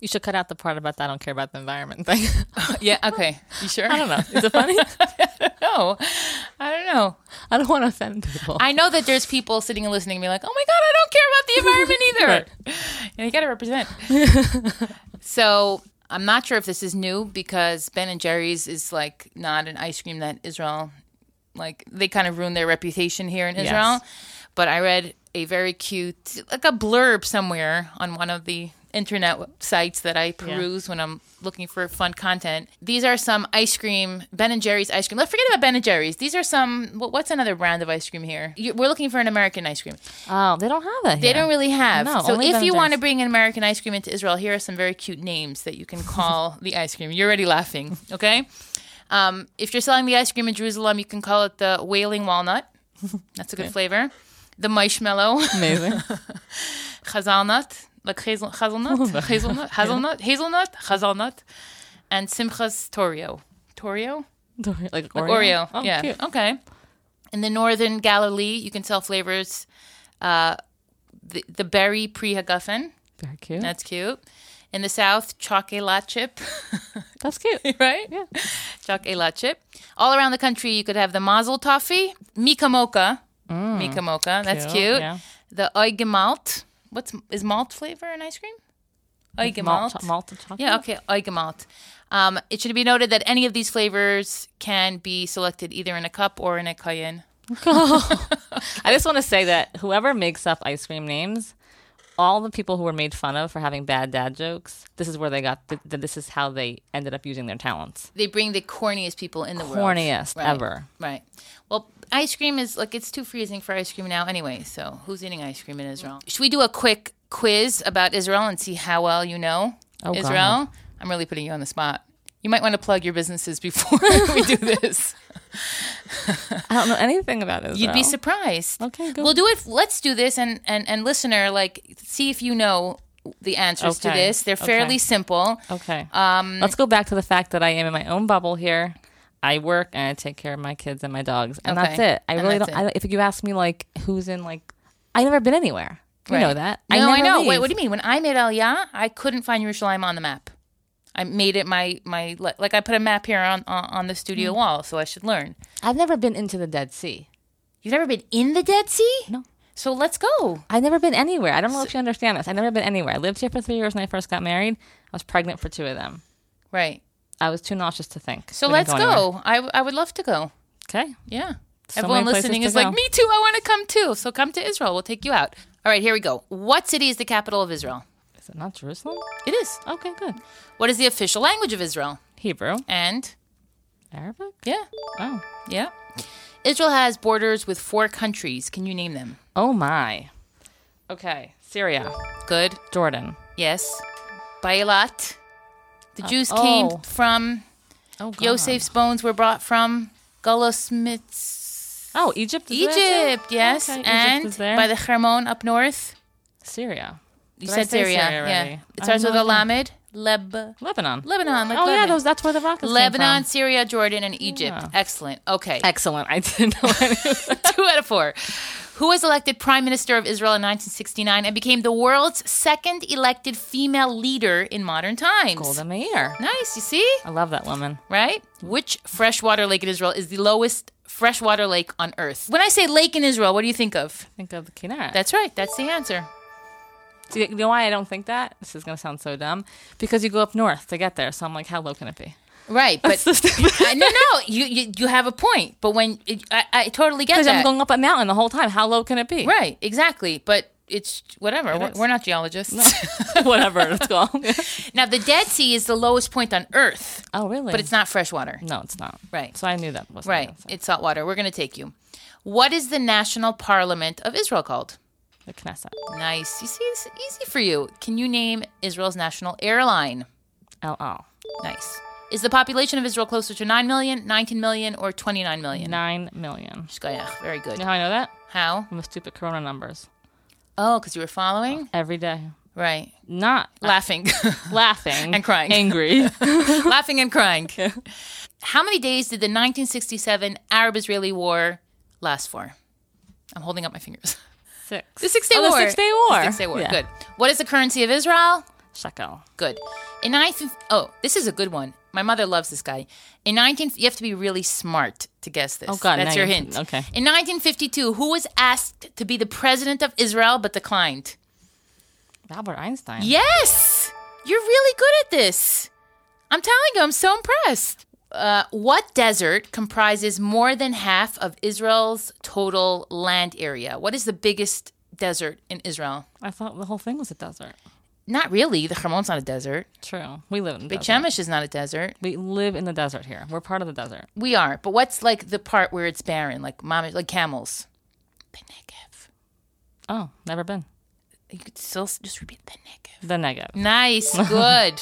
S2: You should cut out the part about that. I don't care about the environment thing.
S1: Yeah. Okay. You sure?
S2: I don't know. Is it funny?
S1: know. I don't know.
S2: I don't want to offend people.
S1: I know that there's people sitting and listening and be like, "Oh my god, I don't care about the environment either." And you got to represent. so I'm not sure if this is new because Ben and Jerry's is like not an ice cream that Israel, like they kind of ruined their reputation here in Israel. But I read a very cute, like a blurb somewhere on one of the internet sites that I peruse when I'm looking for fun content. These are some ice cream, Ben and Jerry's ice cream. Let's forget about Ben and Jerry's. These are some. what- What's another brand of ice cream here? You- We're looking for an American ice cream.
S2: oh, they don't have that.
S1: They don't really have.
S2: No,
S1: so
S2: only
S1: if
S2: Ben
S1: you
S2: and
S1: want to
S2: Jerry's.
S1: bring an American ice cream into Israel, here are some very cute names that you can call the ice cream. You're already laughing, okay? Um, if you're selling the ice cream in Jerusalem, you can call it the Wailing Walnut. That's a good flavor. The Marshmallow,
S2: Amazing.
S1: Chazalnut, like hazel, hazelnut, hazelnut, hazelnut, hazelnut, hazelnut, and Simchas Toreo. Toreo?
S2: like
S1: Oreo.
S2: Oh,
S1: yeah.
S2: cute.
S1: Okay. In the northern Galilee, you can sell flavors. Uh, the, the berry pre Hagafen.
S2: Very cute.
S1: That's cute. In the South, chocolat chip,
S2: That's cute.
S1: right?
S2: Yeah.
S1: Chocolat chip. All around the country, you could have the mazel toffee, mika mocha. mika mocha, that's
S2: Mm. Cute,
S1: cute.
S2: yeah.
S1: The Eugemalt. What's is malt flavor in ice cream? Eugemalt.
S2: Malt, malt and chocolate.
S1: Yeah, okay, Eugemalt. Um, it should be noted that any of these flavors can be selected either in a cup or in a cayenne.
S2: I just want to say that whoever makes up ice cream names, all the people who were made fun of for having bad dad jokes, this is where they got. Th- th- this is how they ended up using their talents.
S1: They bring the corniest people in the world.
S2: Corniest
S1: Right.
S2: ever.
S1: Right. Well, ice cream is like it's too freezing for ice cream now anyway. So who's eating ice cream in Israel? Should we do a quick quiz about Israel and see how well you know
S2: Oh,
S1: Israel?
S2: God.
S1: I'm really putting you on the spot. You might want to plug your businesses before we do this.
S2: I don't know anything about Israel.
S1: You'd be surprised.
S2: Okay, go.
S1: We'll do it. Let's do this and and and listener, like, see if you know the answers to
S2: Okay.
S1: this. They're
S2: Okay.
S1: fairly simple.
S2: Okay. Um, Let's go back to the fact that I am in my own bubble here. I work and I take care of my kids and my dogs, and
S1: Okay.
S2: that's it. I
S1: And
S2: really
S1: that's
S2: don't. I, if you ask me, like, who's in like, I've never been anywhere. You know that.
S1: No, I,
S2: never
S1: know.
S2: leave.
S1: Wait, what do you mean? When I made Aliyah, I couldn't find Yerushalayim on the map. I made it my my li- like I put a map here on on, on the studio
S2: Mm.
S1: wall, so I should learn.
S2: I've never been into the Dead Sea.
S1: You've never been in the Dead Sea?
S2: No.
S1: So let's go.
S2: I've never been anywhere. I don't know if you understand this. I've never been anywhere. I lived here for three years when I first got married. I was pregnant for two of them.
S1: Right.
S2: I was too nauseous to think.
S1: So
S2: We didn't
S1: let's
S2: anywhere.
S1: go. I I would love to go.
S2: Okay.
S1: Yeah.
S2: So
S1: Everyone
S2: many places
S1: listening
S2: to
S1: is
S2: go.
S1: like, me too. I want to come too. So come to Israel. We'll take you out. All right, here we go. What city is the capital of Israel?
S2: Is it not Jerusalem?
S1: It is.
S2: Okay, good.
S1: What is the official language of Israel?
S2: Hebrew,
S1: And
S2: Arabic.
S1: yeah,
S2: Oh,
S1: yeah. Israel has borders with four countries. Can you name them?
S2: oh my. Okay, Syria,
S1: Good.
S2: Jordan.
S1: Yes. Bailat. The Jews
S2: oh.
S1: came from
S2: Oh, God.
S1: Yosef's bones were brought from Gullahsmith's
S2: Oh, Egypt. Is There
S1: Egypt,
S2: too?
S1: yes,
S2: Okay, Egypt
S1: and
S2: is there.
S1: by the Hermon up north.
S2: Syria,
S1: You
S2: Did I
S1: said
S2: say
S1: Syria,
S2: Syria already?
S1: yeah. It
S2: I
S1: starts
S2: have
S1: with
S2: no
S1: a
S2: idea.
S1: lamed. Leb.
S2: Lebanon.
S1: Lebanon, like
S2: oh yeah,
S1: Lebanon.
S2: those, that's where the rockets came
S1: Lebanon,
S2: from.
S1: Syria, Jordan, and Egypt. Excellent. Okay,
S2: Excellent. I didn't know. Any of that.
S1: two out of four. Who was elected prime minister of Israel in 1969 and became the world's second elected female leader in modern times?
S2: Golda Meir.
S1: Nice, you see,
S2: I love that woman.
S1: right? Which freshwater lake in Israel is the lowest freshwater lake on Earth? When I say lake in Israel, what do you think of?
S2: Think of the Kinneret.
S1: That's right. That's the answer.
S2: Do you you know why I don't think that? This is going to sound so dumb. Because you go up north to get there. So I'm like, how low can it be?
S1: Right, but
S2: That's so stupid.
S1: I, no, no, you, you you have a point. But when it, I, I totally get
S2: Because
S1: that.
S2: I'm going up a mountain the whole time. How low can it be?
S1: right, exactly. But it's whatever. we're,
S2: is.
S1: we're not geologists.
S2: Whatever. Let's go.
S1: now the Dead Sea is the lowest point on Earth,
S2: oh, really?
S1: but it's not freshwater.
S2: No, it's not.
S1: Right.
S2: So I knew that wasn't.
S1: Right, it's salt water. We're gonna take you. What is the national parliament of Israel called?
S2: The Knesset.
S1: Nice. You see, it's easy for you. Can you name Israel's national airline?
S2: LL.
S1: Nice. Is the population of Israel closer to 9 million, 19 million, or 29 million?
S2: Nine million.
S1: Shkoyach. Very good.
S2: You know how I know that?
S1: How?
S2: From the stupid corona numbers.
S1: Oh, because you were following?
S2: Every day.
S1: Right.
S2: Not
S1: laughing,
S2: laughing.
S1: And crying.
S2: Angry.
S1: laughing and crying. How many days did the 1967 Arab Israeli war last for? I'm holding up my fingers.
S2: Six.
S1: The Six Day
S2: Oh,
S1: War.
S2: The Six Day War.
S1: Six Day War.
S2: Yeah.
S1: Good. What is the currency of Israel?
S2: Shekel.
S1: Good. In 19 Oh, this is a good one. My mother loves this guy. In 19 You have to be really smart to guess this.
S2: Oh, God,
S1: That's
S2: now
S1: your
S2: you-
S1: hint.
S2: okay.
S1: In 1952, who was asked to be the president of Israel but declined?
S2: Albert Einstein.
S1: Yes, you're really good at this. I'm telling you, I'm so impressed. Uh, what desert comprises more than half of Israel's total land area? What is the biggest desert in Israel?
S2: I thought the whole thing was a desert.
S1: Not really. The Hermon's not a desert.
S2: True. We live in the
S1: Beit
S2: desert.
S1: Shemesh is not a desert.
S2: We live in the desert here. We're part of the desert.
S1: We are, but what's like the part where it's barren, like mom, like camels? The Negev.
S2: Oh, never been.
S1: You could still s- just repeat the Negev.
S2: The negative.
S1: Nice, good.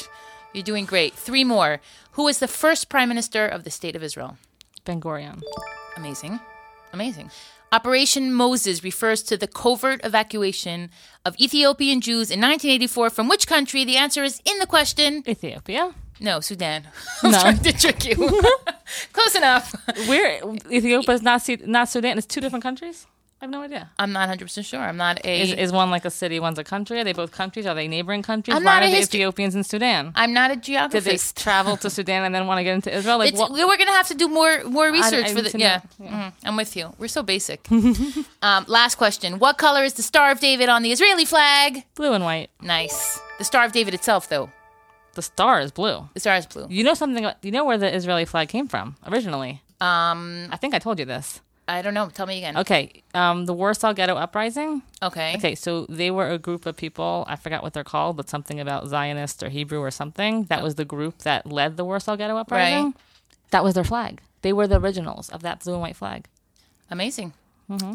S1: You're doing great. Three more. Who was the first prime minister of the state of Israel?
S2: Ben Gurion.
S1: Amazing. Amazing. Operation Moses refers to the covert evacuation of Ethiopian Jews in 1984 from which country? The answer is in the question.
S2: Ethiopia.
S1: No, Sudan. I'm trying to trick you. Close enough.
S2: We're Ethiopia's not Su- not Sudan. It's two different countries. I have no idea.
S1: I'm not 100% sure. I'm not a.
S2: Is, is one like a city? One's a country. Are they both countries? Are they neighboring countries?
S1: I'm
S2: Why
S1: not
S2: are
S1: a
S2: the
S1: history-
S2: Ethiopians in Sudan?
S1: I'm not a
S2: Did they
S1: geographist.
S2: travel to Sudan and then want to get into Israel? Like
S1: It's,
S2: what?
S1: we're gonna have to do more more research
S2: I
S1: for
S2: need
S1: the
S2: to
S1: yeah.
S2: know.
S1: Mhm. I'm with you. We're so basic. um, last question: What color is the Star of David on the Israeli flag?
S2: blue and white.
S1: Nice. The Star of David itself, though,
S2: The star is blue.
S1: the star is blue.
S2: You know something? About, you know where the Israeli flag came from originally? Um, I think I told you this.
S1: I don't know. Tell me again.
S2: Okay, um, the Warsaw Ghetto Uprising.
S1: Okay.
S2: Okay, so they were a group of people. I forgot what they're called, but something about Zionist or Hebrew or something. That was the group that led the Warsaw Ghetto Uprising.
S1: Right.
S2: That was their flag. They were the originals of that blue and white flag. Mm-hmm.
S1: Amazing.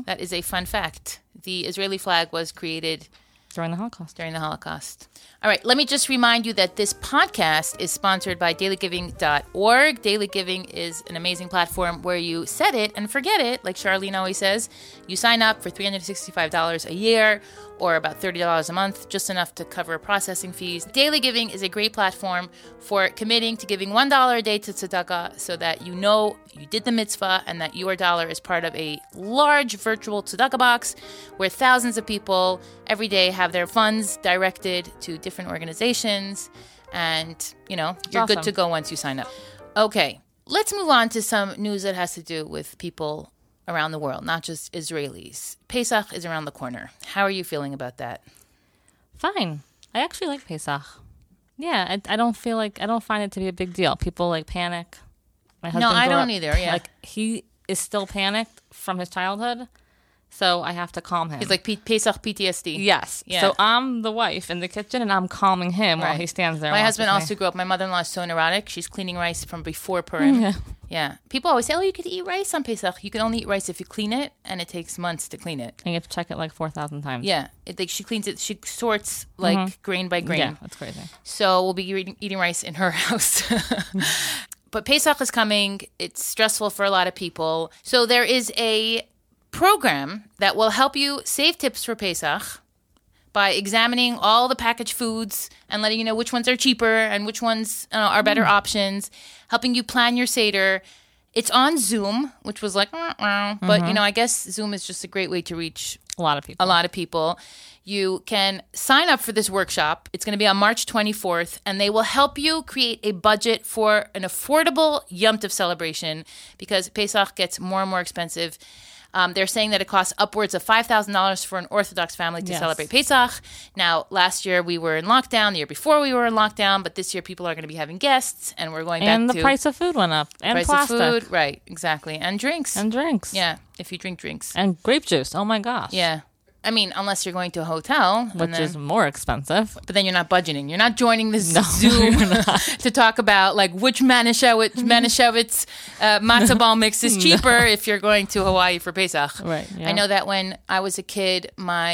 S1: That is a fun fact. The Israeli flag was created
S2: during the Holocaust.
S1: during the Holocaust. All right, let me just remind you that this podcast is sponsored by dailygiving.org. Daily Giving is an amazing platform where you set it and forget it, like Charlene always says. You sign up for $365 a year or about $30 a month, just enough to cover processing fees. Daily Giving is a great platform for committing to giving $1 a day to tzedakah so that you know you did the mitzvah and that your dollar is part of a large virtual tzedakah box where thousands of people every day have their funds directed to different organizations. And, you know, you're good
S2: awesome.
S1: to go once you sign up. Okay, let's move on to some news that has to do with people around the world, not just Israelis. Pesach is around the corner. How are you feeling about that?
S2: Fine. I actually like Pesach. Yeah, I, I don't feel like I don't find it to be a big deal. People like panic. My husband
S1: I
S2: grew
S1: don't
S2: up-
S1: either, yeah.
S2: like he is still panicked from his childhood, so I have to calm him.
S1: It's like P- Pesach PTSD.
S2: yes.
S1: Yeah.
S2: So I'm the wife in the kitchen, and I'm calming him while
S1: Right.
S2: he stands there.
S1: My
S2: and
S1: husband
S2: watches
S1: also grew up. My mother in law is so neurotic. She's cleaning rice from before Purim. Yeah. People always say, oh, you could eat rice on Pesach. You can only eat rice if you clean it, and it takes months to clean it.
S2: me. And you have to check it like four thousand times.
S1: Yeah. It, like, she cleans it, she sorts like grain by grain.
S2: Yeah, that's crazy.
S1: So we'll be eating, eating rice in her house. but Pesach is coming. It's stressful for a lot of people. So there is a program that will help you save tips for Pesach by examining all the packaged foods and letting you know which ones are cheaper and which ones uh, are better options, helping you plan your Seder. It's on Zoom, which was like, "Mm-mm," but you know, I guess Zoom is just a great way to reach
S2: A lot of people.
S1: a lot of people. You can sign up for this workshop. It's going to be on March 24th, and they will help you create a budget for an affordable Yom Tov celebration because Pesach gets more and more expensive. Um, they're saying that it costs upwards of $5,000 for an Orthodox family to
S2: Yes.
S1: celebrate Pesach. Now, last year we were in lockdown, the year before we were in lockdown, but this year people are going to be having guests, and we're going
S2: and
S1: back
S2: the
S1: to
S2: price of food went up, and
S1: price of
S2: plastic,
S1: food. Right, exactly. And drinks.
S2: and drinks.
S1: yeah, if you drink drinks.
S2: And grape juice. Oh my gosh.
S1: Yeah. I mean, unless you're going to a hotel, and
S2: Which
S1: then-
S2: is more expensive.
S1: but then you're not budgeting. You're not joining this Zoom to talk about like which Manischewitz,
S2: Mm-hmm.
S1: Manischewitz uh, matzo ball mix is cheaper if you're going to Hawaii for Pesach.
S2: Right, yeah.
S1: I know that when I was a kid, my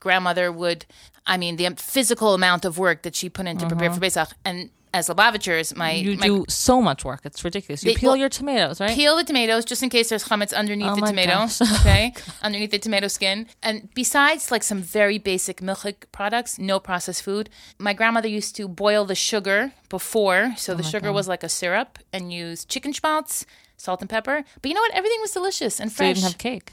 S1: grandmother would. I mean, the physical amount of work that she put in to prepare for Pesach, and as Lubavitchers, my
S2: Uh-huh. You
S1: my
S2: do so much work. It's ridiculous. You
S1: They-
S2: peel
S1: well,
S2: your tomatoes, right?
S1: peel the tomatoes just in case there's chametz underneath
S2: Oh
S1: the
S2: my
S1: tomato.
S2: gosh.
S1: Okay, underneath the tomato skin. And besides, like some very basic milchik products, no processed food. My grandmother used to boil the sugar before,
S2: Oh
S1: so the sugar was like a syrup, and use chicken schmaltz, salt and pepper. But you know what? Everything was delicious and
S2: so you
S1: fresh.
S2: didn't have cake.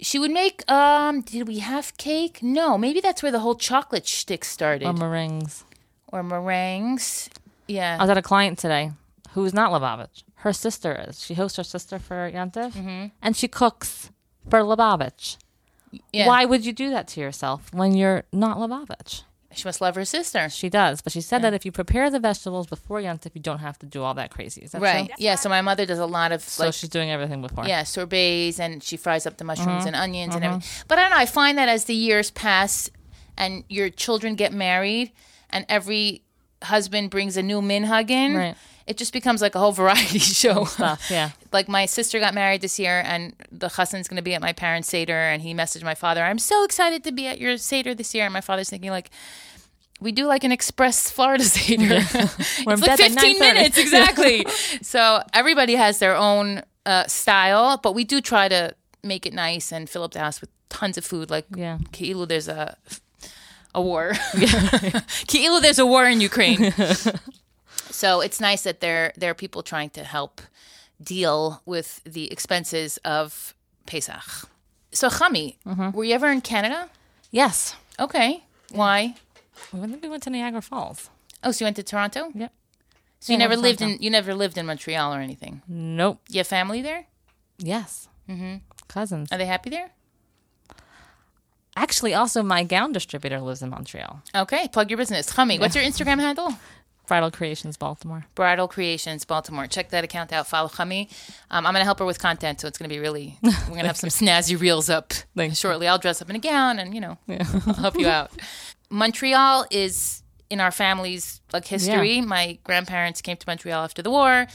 S1: she would make. Um, did we have cake? No, maybe that's where the whole chocolate shtick started,
S2: Or meringues.
S1: or meringues. Yeah.
S2: I was at a client today who is not Lubavitch. Her sister is. She hosts her sister for Yantiv,
S1: Mm-hmm.
S2: and she cooks for Lubavitch.
S1: yeah.
S2: Why would you do that to yourself when you're not Lubavitch?
S1: She must love her sister.
S2: She does, but she said that if you prepare the vegetables before Yantiv, you don't have to do all that crazy. Is that
S1: Right.
S2: true?
S1: Yeah. So my mother does a lot of
S2: So
S1: like
S2: she's doing everything before.
S1: Yeah, sorbets, and she fries up the
S2: Mm-hmm.
S1: mushrooms and onions and everything. But I don't know. I find that as the years pass, and your children get married, and every husband brings a new minhag in,
S2: Right.
S1: it just becomes like a whole variety show.
S2: Stuff, Uh, yeah.
S1: like my sister got married this year, and the chassan's going to be at my parents' seder, and he messaged my father, "I'm so excited to be at your seder this year." And my father's thinking like. We do like an express Florida Seder. it's
S2: in
S1: like
S2: bed at
S1: 15
S2: 9:30.
S1: minutes, exactly. so everybody has their own uh, style, but we do try to make it nice and fill up the house with tons of food. Like
S2: Yeah.
S1: Kiilu, there's a a war. Kiilu, there's a war in Ukraine. so it's nice that there there are people trying to help deal with the expenses of Pesach. So Chami,
S2: Mm-hmm.
S1: were you ever in Canada?
S2: Yes.
S1: Okay, why?
S2: I think we went to Niagara Falls.
S1: Oh, so you went to Toronto.
S2: Yep.
S1: So you
S2: Yeah,
S1: never lived in
S2: Toronto. Mm.
S1: you never lived in Montreal or anything.
S2: Nope.
S1: You have family there?
S2: Yes. Mm-hmm. Cousins.
S1: Are they happy there?
S2: Actually, also my gown distributor lives in Montreal.
S1: Okay, plug your business. Chami, what's your Instagram handle?
S2: Bridal Creations Baltimore.
S1: Bridal Creations Baltimore. Check that account out. Follow Chami. Um, I'm going to help her with content, so it's going to be really. We're going to have some snazzy reels up
S2: Thank you.
S1: shortly. I'll dress up in a gown, and you know, I'll help you out. Montreal is in our family's like history. My grandparents came to Montreal after the war.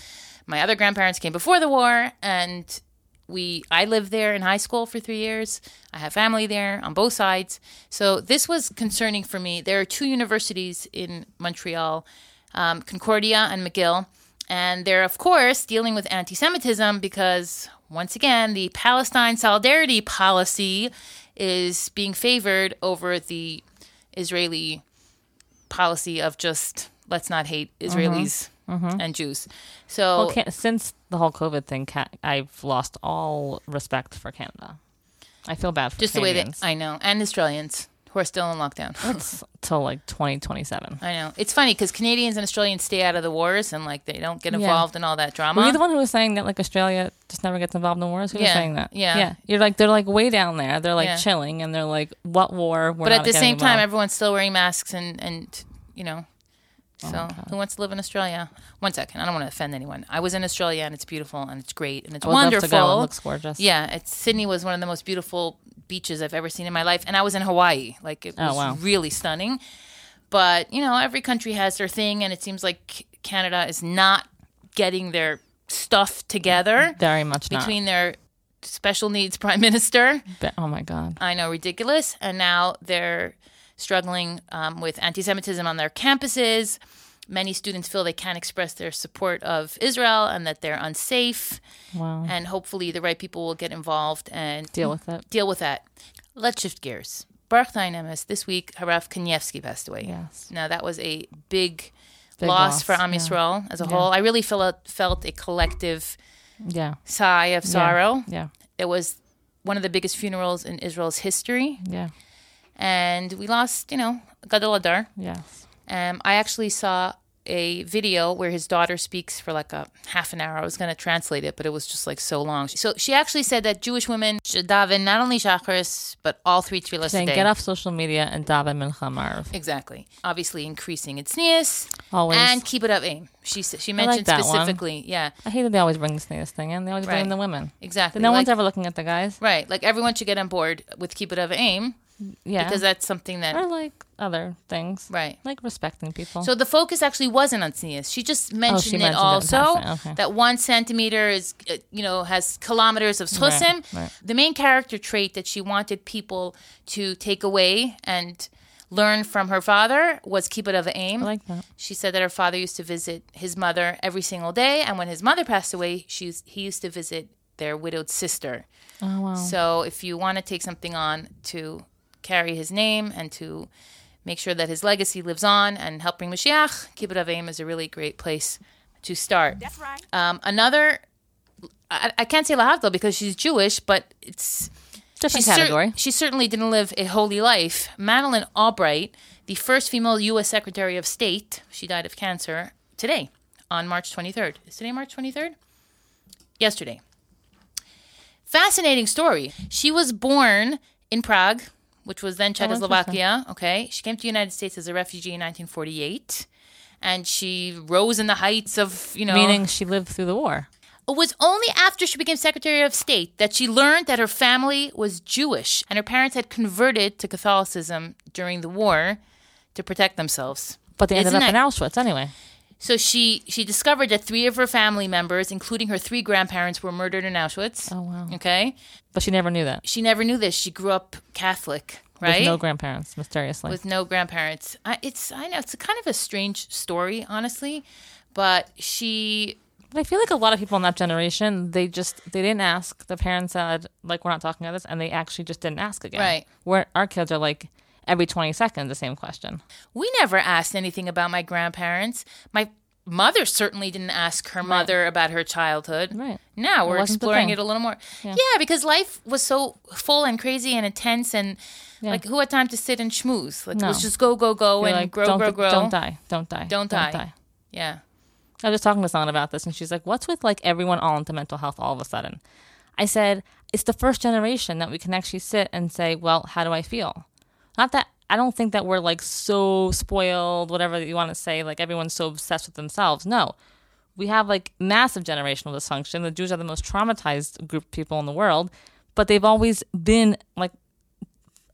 S1: My other grandparents came before the war, and we I lived there in high school for 3 years. I have family there on both sides. So this was concerning for me. There are two universities in Montreal, um, Concordia and McGill, and they're of course dealing with anti-Semitism because once again the Palestine solidarity policy is being favored over the Israeli policy of just let's not hate Israelis and Jews. So
S2: Well, can- since the whole COVID thing, ca- I've lost all respect for Canada. I feel bad for
S1: just the way that
S2: Canadians. Oh.
S1: I know, and Australians who are still in lockdown.
S2: It's till like twenty twenty seven.
S1: I know it's funny because Canadians and Australians stay out of the wars and like they don't get involved in all that drama.
S2: Were you the one who was saying that like Australia just never gets involved in wars? Who was
S1: Yeah,
S2: saying that?
S1: yeah.
S2: yeah. You're like they're like way down there. They're like
S1: Yeah.
S2: chilling, and they're like, what war? We're
S1: but
S2: not
S1: at the
S2: getting
S1: same time,
S2: involved.
S1: everyone's still wearing masks and and you know.
S2: Oh
S1: So who wants to live in Australia? One second, I don't want to offend anyone. I was in Australia and it's beautiful and it's great and it's
S2: I would
S1: wonderful.
S2: Love to go. It looks gorgeous.
S1: Yeah, it's Sydney was one of the most beautiful beaches I've ever seen in my life, and I was in Hawaii. Like it was
S2: wow.
S1: really stunning. But you know, every country has their thing, and it seems like C- Canada is not getting their stuff together
S2: very much
S1: between their special needs prime minister.
S2: not. Be- Oh my god.
S1: I know, ridiculous, and now they're struggling um, with anti-Semitism on their campuses. Many students feel they can't express their support of Israel and that they're unsafe
S2: Wow.
S1: and hopefully the right people will get involved and
S2: Deal with it.
S1: deal with that. Let's shift gears. Baruch Dynamis, this week, Haraf Kanievsky passed away.
S2: Yes.
S1: Now, that was a big, loss,
S2: Big loss,
S1: for Am
S2: yeah.
S1: Yisrael as a whole. I really felt, felt a collective
S2: Yeah.
S1: sigh of sorrow.
S2: Yeah.
S1: It was one of the biggest funerals in Israel's history.
S2: Yeah.
S1: And we lost, you know, Gadol Adar.
S2: Yes.
S1: Um, I actually saw a video where his daughter speaks for like a half an hour. I was going to translate it, but it was just like so long. So she actually said that Jewish women should daven not only shacharis but all three tefillas a
S2: Saying
S1: day.
S2: get off social media and daven mincha marav.
S1: Exactly. Obviously, increasing its neas
S2: Always.
S1: and keep it up. Aim. She s- she mentioned
S2: that one.
S1: specifically. Yeah,
S2: I hate that they always bring this this thing in. They always
S1: Right.
S2: blame the women.
S1: exactly.
S2: No
S1: Like-
S2: one's ever looking at the guys.
S1: right. Like everyone should get on board with keep it up. Aim
S2: Yeah.
S1: because that's something that
S2: or like other things.
S1: Right.
S2: Like respecting people.
S1: So the focus actually wasn't on sneeze. She just mentioned, it
S2: Oh, mentioned it in
S1: also
S2: passing, okay.
S1: that one centimeter is, uh, you know, has kilometers of schusim.
S2: right.
S1: The main character trait that she wanted people to take away and learn from her father was keep it of aim.
S2: I like that.
S1: She said that her father used to visit his mother every single day, and when his mother passed away, she used, he used to visit their widowed sister.
S2: Oh wow.
S1: So if you want to take something on to carry his name and to make sure that his legacy lives on and help bring Mashiach, Kibbutz Avim is a really great place to start. That's right. Um, another, I, I can't say Lahavdil because she's Jewish, but it's
S2: Different
S1: cer-
S2: category.
S1: she certainly didn't live a holy life. Madeleine Albright, the first female U.S. Secretary of State, she died of cancer today on March 23rd. Is today March 23rd? Yesterday. Fascinating story. She was born in Prague, which was
S2: Oh,
S1: then Czechoslovakia. Okay. She came to the United States as a refugee in 1948. And she rose in the heights of, you know,
S2: Meaning she lived through the war.
S1: it was only after she became Secretary of State that she learned that her family was Jewish and her parents had converted to Catholicism during the war to protect themselves.
S2: But they ended
S1: Isn't
S2: up in
S1: that-
S2: Auschwitz anyway.
S1: So she she discovered that three of her family members, including her three grandparents, were murdered in Auschwitz.
S2: Oh wow.
S1: Okay,
S2: But she never knew that.
S1: she never knew this. She grew up Catholic, right?
S2: With no grandparents, mysteriously.
S1: with no grandparents. I, it's I know it's a kind of a strange story, honestly, but she
S2: But I feel like a lot of people in that generation, they just they didn't ask. The parents said, like, we're not talking about this, and they actually just didn't ask again.
S1: Right.
S2: Where our kids are like every twenty seconds the same question.
S1: We never asked anything about my grandparents. My mother certainly didn't ask her mother about her childhood.
S2: Right.
S1: Now we're
S2: wasn't the
S1: exploring
S2: thing.
S1: it a little more. Yeah. because life was so full and crazy and intense, and like who had time to sit and schmooze? Like
S2: No.
S1: let's just go, go, go,
S2: They're
S1: and
S2: like,
S1: grow,
S2: don't,
S1: grow, grow.
S2: Don't die. Don't die.
S1: Don't die. Yeah,
S2: I was just talking to someone about this, and she's like, "What's with like everyone all into mental health all of a sudden?" I said, "It's the first generation that we can actually sit and say, well, how do I feel?' Not that I don't think that we're like so spoiled, whatever you want to say. Like everyone's so obsessed with themselves. No, we have like massive generational dysfunction. The Jews are the most traumatized group of people in the world, but they've always been like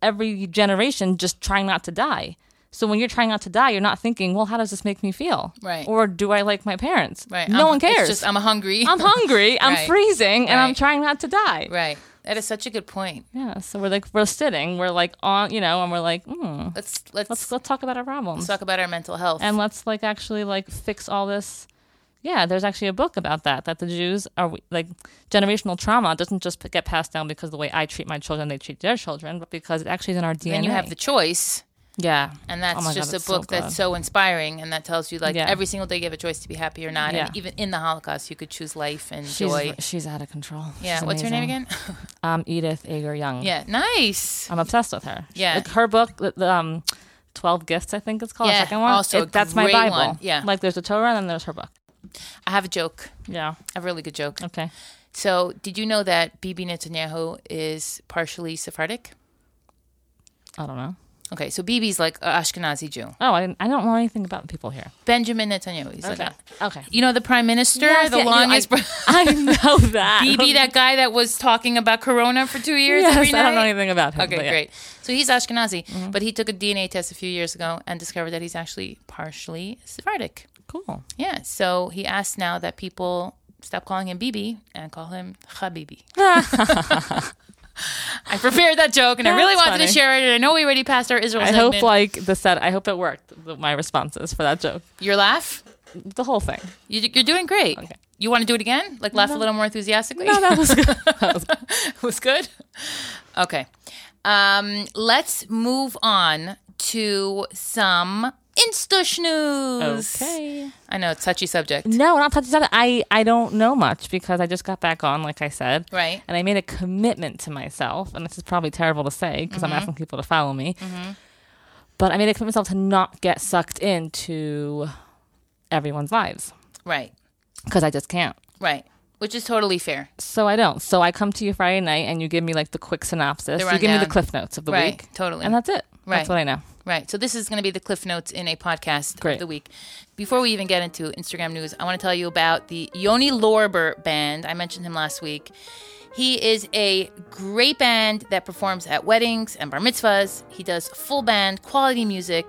S2: every generation just trying not to die. So when you're trying not to die, you're not thinking, well, how does this make me feel?
S1: Right.
S2: Or do I like my parents?
S1: Right.
S2: No
S1: I'm-
S2: one cares.
S1: It's just I'm hungry.
S2: I'm hungry. I'm
S1: Right.
S2: freezing, and I'm
S1: Right.
S2: trying not to die.
S1: right. That is such a good point.
S2: Yeah. So we're like we're sitting. We're like on you know, and we're like, hmm,
S1: Let's let's,
S2: let's let's talk about our problems
S1: talk about our mental health.
S2: and let's like actually like fix all this. Yeah, there's actually a book about that. That the Jews are like generational trauma doesn't just get passed down because the way I treat my children, they treat their children, but because it actually is in our DNA.
S1: then you have the choice.
S2: yeah,
S1: And
S2: Oh
S1: that's
S2: my God,
S1: just
S2: it's
S1: a
S2: so
S1: book that's
S2: good.
S1: so inspiring and that tells you like
S2: Yeah.
S1: every single day you have a choice to be happy or not.
S2: Yeah.
S1: And even in the Holocaust you could choose life and
S2: she's
S1: joy.
S2: she's out of control.
S1: Yeah.
S2: She's
S1: What's her name
S2: amazing.
S1: again?
S2: Um, Edith Ager Young.
S1: yeah. Nice.
S2: I'm obsessed with her.
S1: Yeah.
S2: Like, her book, the, the, um, Twelve Gifts, I think it's called. the
S1: Yeah,
S2: second one.
S1: also a
S2: It- that's my
S1: great
S2: Bible.
S1: one. Yeah.
S2: like there's the Torah and then there's her book.
S1: I have a joke.
S2: Yeah.
S1: I have a really good joke.
S2: Okay.
S1: So, did you know that Bibi Netanyahu is partially Sephardic?
S2: I don't know.
S1: Okay, so Bibi's like an Ashkenazi Jew.
S2: Oh, I, didn't, I don't know anything about people here.
S1: Benjamin Netanyahu. He's like a-
S2: Okay.
S1: you know the prime minister,
S2: Yes,
S1: the
S2: yeah, you-
S1: longest.
S2: I, I know that.
S1: Bibi, that guy that was talking about Corona for two years.
S2: Yes,
S1: every
S2: I don't know
S1: night?
S2: anything about him. but
S1: Okay,
S2: yeah. Mm-hmm.
S1: great. So he's Ashkenazi, but he took a DNA test a few years ago and discovered that he's actually partially Sephardic.
S2: Cool.
S1: Yeah, so he asked now that people stop calling him Bibi and call him Habibi. I prepared that joke and I really
S2: That's
S1: wanted to
S2: funny.
S1: share it. And I know we already passed our Israel
S2: I
S1: segment.
S2: hope like the set. I hope it worked. the- My responses for that joke,
S1: Your laugh?
S2: the whole thing.
S1: You, you're doing great.
S2: Okay.
S1: You want to do it again? Like laugh a little more enthusiastically?
S2: No, that was good.
S1: it was good. Okay. Um, let's move on to some Insta news.
S2: okay. Mm.
S1: I know, it's touchy subject.
S2: No, not touching something. I I don't know much because I just got back on, like I said.
S1: Right.
S2: And I made a commitment to myself, and this is probably terrible to say because
S1: Mm-hmm.
S2: I'm asking people to follow me. But I made a commitment to myself to not get sucked into everyone's lives
S1: Right.
S2: because I just can't.
S1: Right. Which is totally fair.
S2: So I don't. So I come to you Friday night, and you give me like the quick synopsis.
S1: The
S2: You give me the
S1: rundown.
S2: cliff notes of the
S1: Right,
S2: week.
S1: totally.
S2: And that's it.
S1: Right.
S2: That's what I know.
S1: Right. So this is going to be the cliff notes in a podcast
S2: Great.
S1: of the week. Before we even get into Instagram news, I want to tell you about the Yoni Lorber band. I mentioned him last week. He is a great band that performs at weddings and bar mitzvahs. He does full band quality music.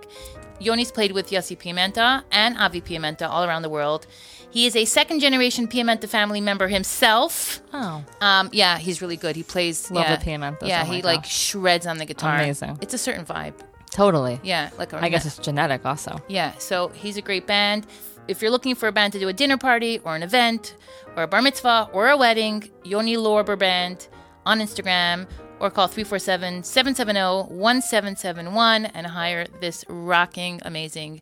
S1: Yoni's played with Yossi Pimenta and Avi Pimenta all around the world. He is a second generation Pimenta family member himself.
S2: Oh.
S1: Um, yeah, he's really good. He plays
S2: Love
S1: yeah,
S2: the Pimentas.
S1: Yeah,
S2: Oh my
S1: he like
S2: gosh.
S1: shreds on the guitar.
S2: Amazing.
S1: It's a certain vibe.
S2: Totally.
S1: Yeah, like a
S2: I guess it's genetic also.
S1: yeah, so he's a great band. If you're looking for a band to do a dinner party or an event or a bar mitzvah or a wedding, Yoni Lorber Band on Instagram or call 347 770 1771 and hire this rocking, amazing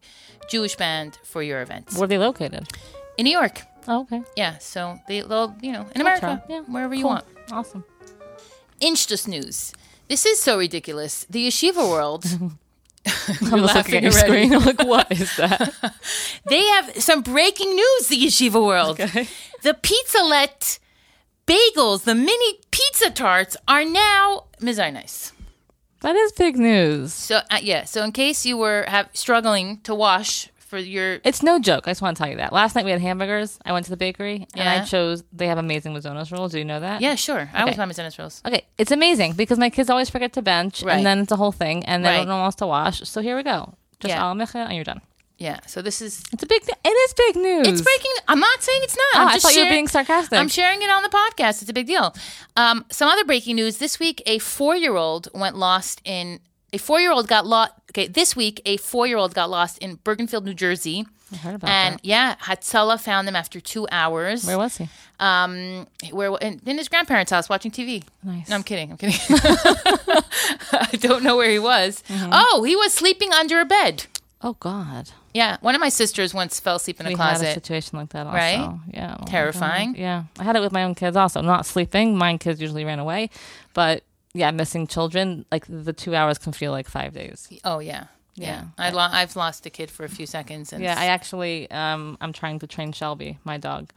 S1: Jewish band for your events.
S2: Where are they located?
S1: In New York.
S2: Oh, okay.
S1: Yeah, so they, they'll, you know, in America,
S2: Yeah.
S1: wherever you
S2: Cool.
S1: want.
S2: Awesome.
S1: Insta news. This is so ridiculous. The yeshiva world.
S2: I'm just looking at your
S1: already.
S2: screen. I'm like, what is that?
S1: They have some breaking news, the yeshiva world. The pizzalette bagels, the mini pizza tarts, are now Mizarnice.
S2: that is big news.
S1: So, uh, yeah, so in case you were have, struggling to wash for your.
S2: It's no joke. I just want to tell you that. Last night we had hamburgers. I went to the bakery and
S1: Yeah.
S2: I chose. They have amazing Mazzonos rolls. Do you know that?
S1: yeah, sure. I always buy Mizarnice rolls.
S2: Okay, it's amazing because my kids always forget to bench,
S1: Right.
S2: and then it's a whole thing, and they
S1: Right.
S2: don't know what else to wash. So here we go. Just
S1: Yeah.
S2: yeah. mecha, and you're done.
S1: Yeah, so this is.
S2: It's a big. Th- it is big news.
S1: It's breaking. I'm not saying it's not.
S2: Ah,
S1: I'm
S2: I
S1: just
S2: thought you were
S1: sharing-
S2: being sarcastic.
S1: I'm sharing it on the podcast. It's a big deal. Um, some other breaking news this week: a four-year-old went lost in a four-year-old got lost. Okay, this week a four-year-old got lost in Bergenfield, New Jersey. I
S2: heard about
S1: and yeah, Hatsala found him after two hours.
S2: Where was he?
S1: Um, where in, in his grandparents' house watching TV.
S2: Nice.
S1: No, I'm kidding. I'm kidding. I don't know where he was.
S2: Mm-hmm.
S1: Oh, he was sleeping under a bed.
S2: Oh God,
S1: Yeah, one of my sisters once fell asleep in a
S2: we
S1: closet.
S2: had a situation like that. Also.
S1: Right?
S2: Yeah. oh my
S1: Terrifying.
S2: God. Yeah, I had it with my own kids. Also, not sleeping. Mine kids usually ran away, but yeah, missing children. Like the two hours can feel like five days.
S1: Oh yeah, yeah.
S2: Yeah.
S1: I lo- I've lost a kid for a few seconds. And
S2: Yeah, I actually, um, I'm trying to train Shelby, my dog,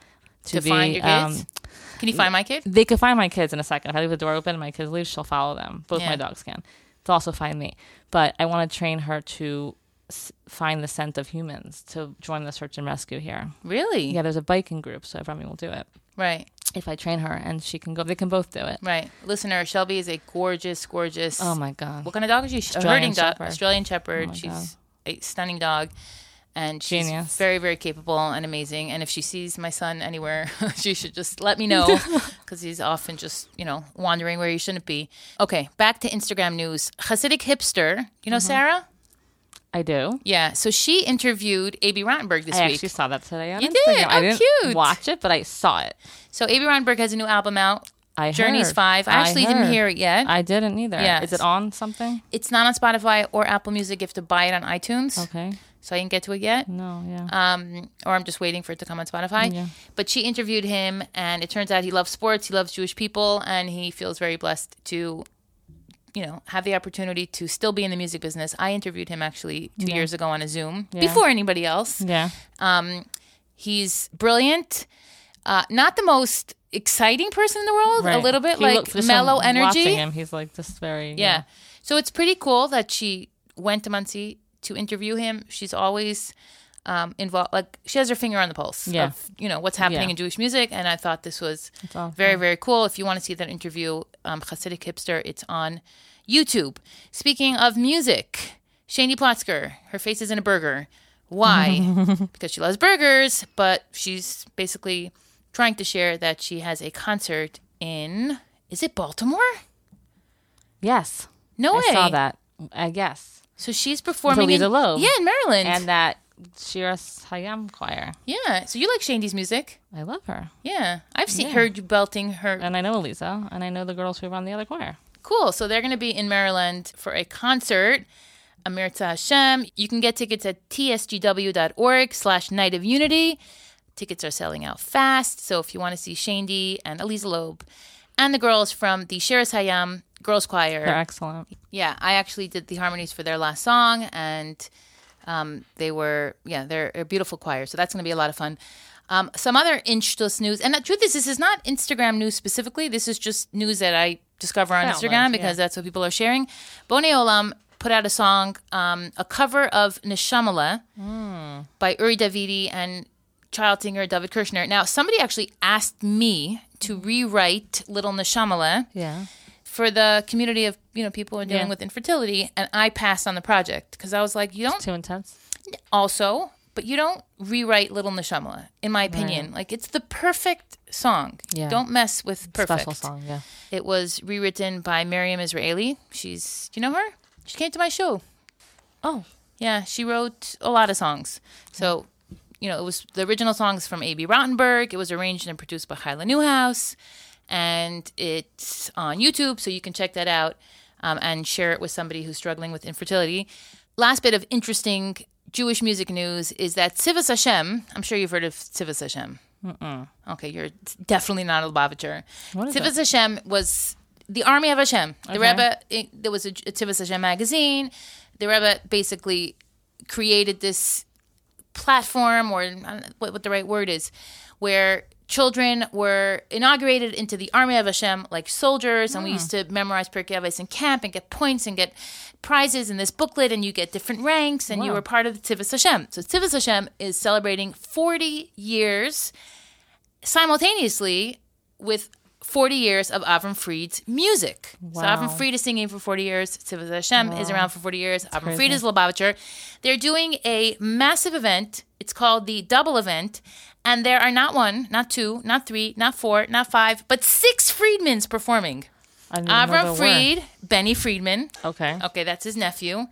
S2: to,
S1: to
S2: be.
S1: find your kids.
S2: Um,
S1: Can you find my kid?
S2: they could find my kids in a second. If I leave the door open and my kids leave, she'll follow them. Both
S1: Yeah.
S2: my dogs can. They'll also find me. But I want to train her to s- find the scent of humans to join the search and rescue here.
S1: Really?
S2: Yeah, there's a biking group, so Remy will do it.
S1: Right.
S2: If I train her and she can go, they can both do it.
S1: Right. Listener, Shelby is a gorgeous, gorgeous.
S2: Oh my God.
S1: What kind of dog is she? She's a
S2: Australian
S1: herding dog.
S2: Shepherd. Oh
S1: Australian Shepherd.
S2: my
S1: She's a stunning dog. And she's
S2: Genius.
S1: very, very capable and amazing. And if she sees my son anywhere, she should just let me know because he's often just, you know, wandering where he shouldn't be. Okay, back to Instagram news. Hasidic hipster, you know
S2: Mm-hmm.
S1: Sarah?
S2: I do.
S1: Yeah. So she interviewed A.B. Rottenberg this
S2: I
S1: week.
S2: actually saw that today on
S1: You
S2: Instagram.
S1: did?
S2: I
S1: Oh,
S2: didn't
S1: cute.
S2: watch it, but I saw it.
S1: So A.B. Rottenberg has a new album out.
S2: I
S1: Journey's
S2: heard.
S1: Five. I
S2: I
S1: actually didn't
S2: heard.
S1: hear it yet.
S2: I didn't either.
S1: Yes.
S2: Is it on something?
S1: it's not on Spotify or Apple Music. You have to buy it on iTunes.
S2: Okay.
S1: So I didn't get to it yet.
S2: No, yeah.
S1: Um, or I'm just waiting for it to come on Spotify.
S2: Yeah.
S1: But she interviewed him, and it turns out he loves sports, he loves Jewish people, and he feels very blessed to, you know, have the opportunity to still be in the music business. I interviewed him actually two years ago on a Zoom before anybody else.
S2: yeah.
S1: Um, he's brilliant. Uh, not the most exciting person in the world. A
S2: Right.
S1: little bit
S2: He
S1: like
S2: looks- just from
S1: mellow energy.
S2: Watching him, he's like just very
S1: Yeah. So it's pretty cool that she went to Muncie to interview him. She's always um, involved. Like she has her finger on the pulse
S2: Yeah.
S1: of you know what's happening
S2: Yeah.
S1: in Jewish music. And I thought this was
S2: awesome.
S1: very very cool. If you want to see that interview, um, Hasidic hipster, it's on YouTube. Speaking of music, Shani Plotzker, her face is in a burger. Why? because she loves burgers, but she's basically trying to share that she has a concert in is it Baltimore?
S2: Yes.
S1: No way.
S2: I saw that. I guess.
S1: So she's performing
S2: Lisa
S1: in,
S2: Loeb.
S1: Yeah, in Maryland.
S2: And that Shiras Hayam choir.
S1: yeah. So you like Shandy's music?
S2: I love her.
S1: Yeah. I've seen heard you belting her.
S2: And I know Elisa, and I know the girls who run the other choir.
S1: Cool. So they're going to be in Maryland for a concert. Amirza Hashem. You can get tickets at tsgw.org slash night of unity. Tickets are selling out fast. So if you want to see Shandy and Eliza Loeb and the girls from the Shiras Hayam Girls Choir,
S2: They're excellent.
S1: Yeah, I actually did the harmonies for their last song, and um, they were yeah, they're a beautiful choir. So that's going to be a lot of fun. Um, some other Inchtus news, and the truth is, this is not Instagram news specifically. This is just news that I discover on
S2: Found,
S1: Instagram because that's what people are sharing. Boney Olam put out a song, um, a cover of Neshamala by Uri Davidi and child singer David Kirshner. Now, somebody actually asked me to rewrite Little Neshamala
S2: Yeah.
S1: for the community of you know people who are dealing
S2: Yeah.
S1: with infertility, and I passed on the project because I was like, you don't
S2: Too intense.
S1: also, but you don't rewrite Little Neshamala, in my opinion. Like it's the perfect song.
S2: Yeah.
S1: Don't mess with perfect.
S2: Special song, yeah.
S1: It was rewritten by Miriam Israeli. She's do you know her? She came to my show.
S2: Oh.
S1: Yeah, she wrote a lot of songs. So, you know, it was the original songs from A.B. Rottenberg. It was arranged and produced by Hyla Newhouse, and it's on YouTube, so you can check that out um, and share it with somebody who's struggling with infertility. Last bit of interesting Jewish music news is that Sivas Hashem. I'm sure you've heard of Sivas Hashem. Mm-mm. Okay, you're definitely not a Lubavitcher.
S2: is
S1: Sivas Hashem was the army of Hashem. The Rebbe, it, there was a, a Tivas Hashem magazine. The Rebbe basically created this platform, or I don't know what, what the right word is, where children were inaugurated into the army of Hashem like soldiers, and we used to memorize Pirkei Avos in camp and get points and get prizes in this booklet, and you get different ranks, and you were part of the Tivas Hashem. So Tivas Hashem is celebrating 40 years simultaneously with 40 years of Avram Fried's music. So
S2: Wow.
S1: Avram Fried is singing for 40 years. Tzivas Hashem is around for 40 years. Avram
S2: crazy.
S1: Fried is Lubavitcher. They're doing a massive event. It's called the Double Event. And there are not one, not two, not three, not four, not five, but six Friedmans performing.
S2: I didn't even know there
S1: Avram
S2: were.
S1: Fried, Benny Friedman.
S2: Okay.
S1: Okay, that's his nephew.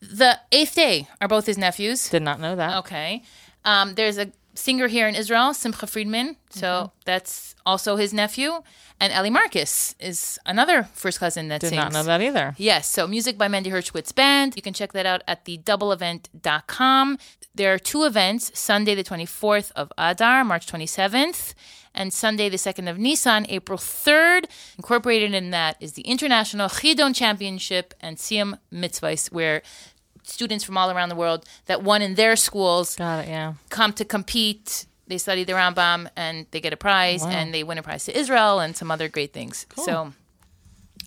S1: The Eighth Day are both his nephews.
S2: Did not know that.
S1: Okay. Um, there's a singer here in Israel, Simcha Friedman. So
S2: Mm-hmm.
S1: that's also his nephew. And Ellie Marcus is another first cousin that
S2: Did
S1: sings.
S2: not know that either.
S1: Yes, so music by Mandy Hershowitz Band. You can check that out at the doubleevent.com. There are two events Sunday, the 24th of Adar, March 27th, and Sunday, the 2nd of Nissan, April 3rd. Incorporated in that is the International Chidon Championship and Siyam Mitzvahs, where students from all around the world that won in their schools
S2: Got it, yeah.
S1: come to compete. They study the Rambam and they get a prize and they win a prize to Israel and some other great things. So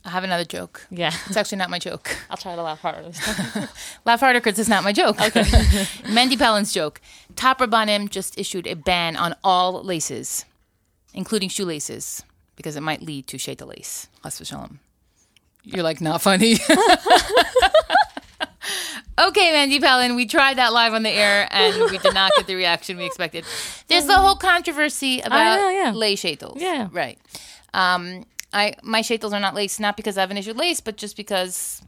S1: I have another joke.
S2: Yeah.
S1: It's actually not my joke.
S2: I'll try to laugh harder this time.
S1: Laugh harder, Chris. It's not my joke. Okay. Mandy Palin's joke. Top Rabbanim just issued a ban on all laces, including shoelaces, because it might lead to sheta lace. Chas v'shalom. You're like, not funny. Okay, Mandy Palin, we tried that live on the air and we did not get the reaction we expected. There's the whole controversy about
S2: know, yeah.
S1: lay shadels.
S2: Yeah.
S1: Right. Um, I my shadels are not laced, not because I have an issue with lace, but just because,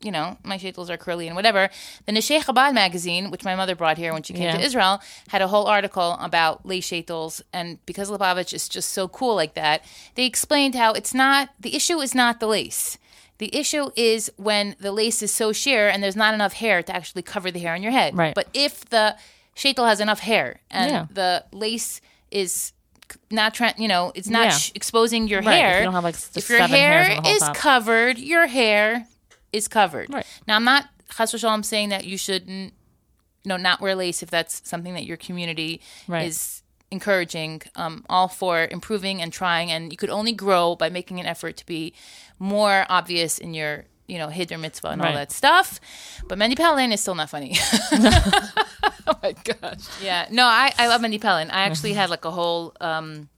S1: you know, my shadels are curly and whatever. The Nesheh Chabad magazine, which my mother brought here when she came to
S2: Yeah.
S1: Israel, had a whole article about lace shadels. And because Lubavitch is just so cool like that, they explained how it's not, the issue is not the lace. The issue is when the lace is so sheer and there's not enough hair to actually cover the hair on your head.
S2: Right.
S1: But if the shaitel has enough hair and
S2: Yeah.
S1: the lace is c- not, tra- you know, it's not
S2: Yeah.
S1: sh- exposing your
S2: Right, if you
S1: hair.
S2: don't have, like, s-
S1: if your
S2: seven
S1: hair
S2: hairs on the whole
S1: is
S2: top.
S1: covered, your hair is covered.
S2: Right.
S1: Now, I'm not, chas v'shalom, saying that you shouldn't, no, not wear lace if that's something that your community
S2: Right.
S1: is encouraging. Um, all for improving and trying, and you could only grow by making an effort to be more obvious in your, you know, hidr mitzvah and all
S2: Right.
S1: that stuff. But Mandy Palin is still not funny. oh my gosh. Yeah. No, I, I love Mandy Palin. I actually had like a whole. Um,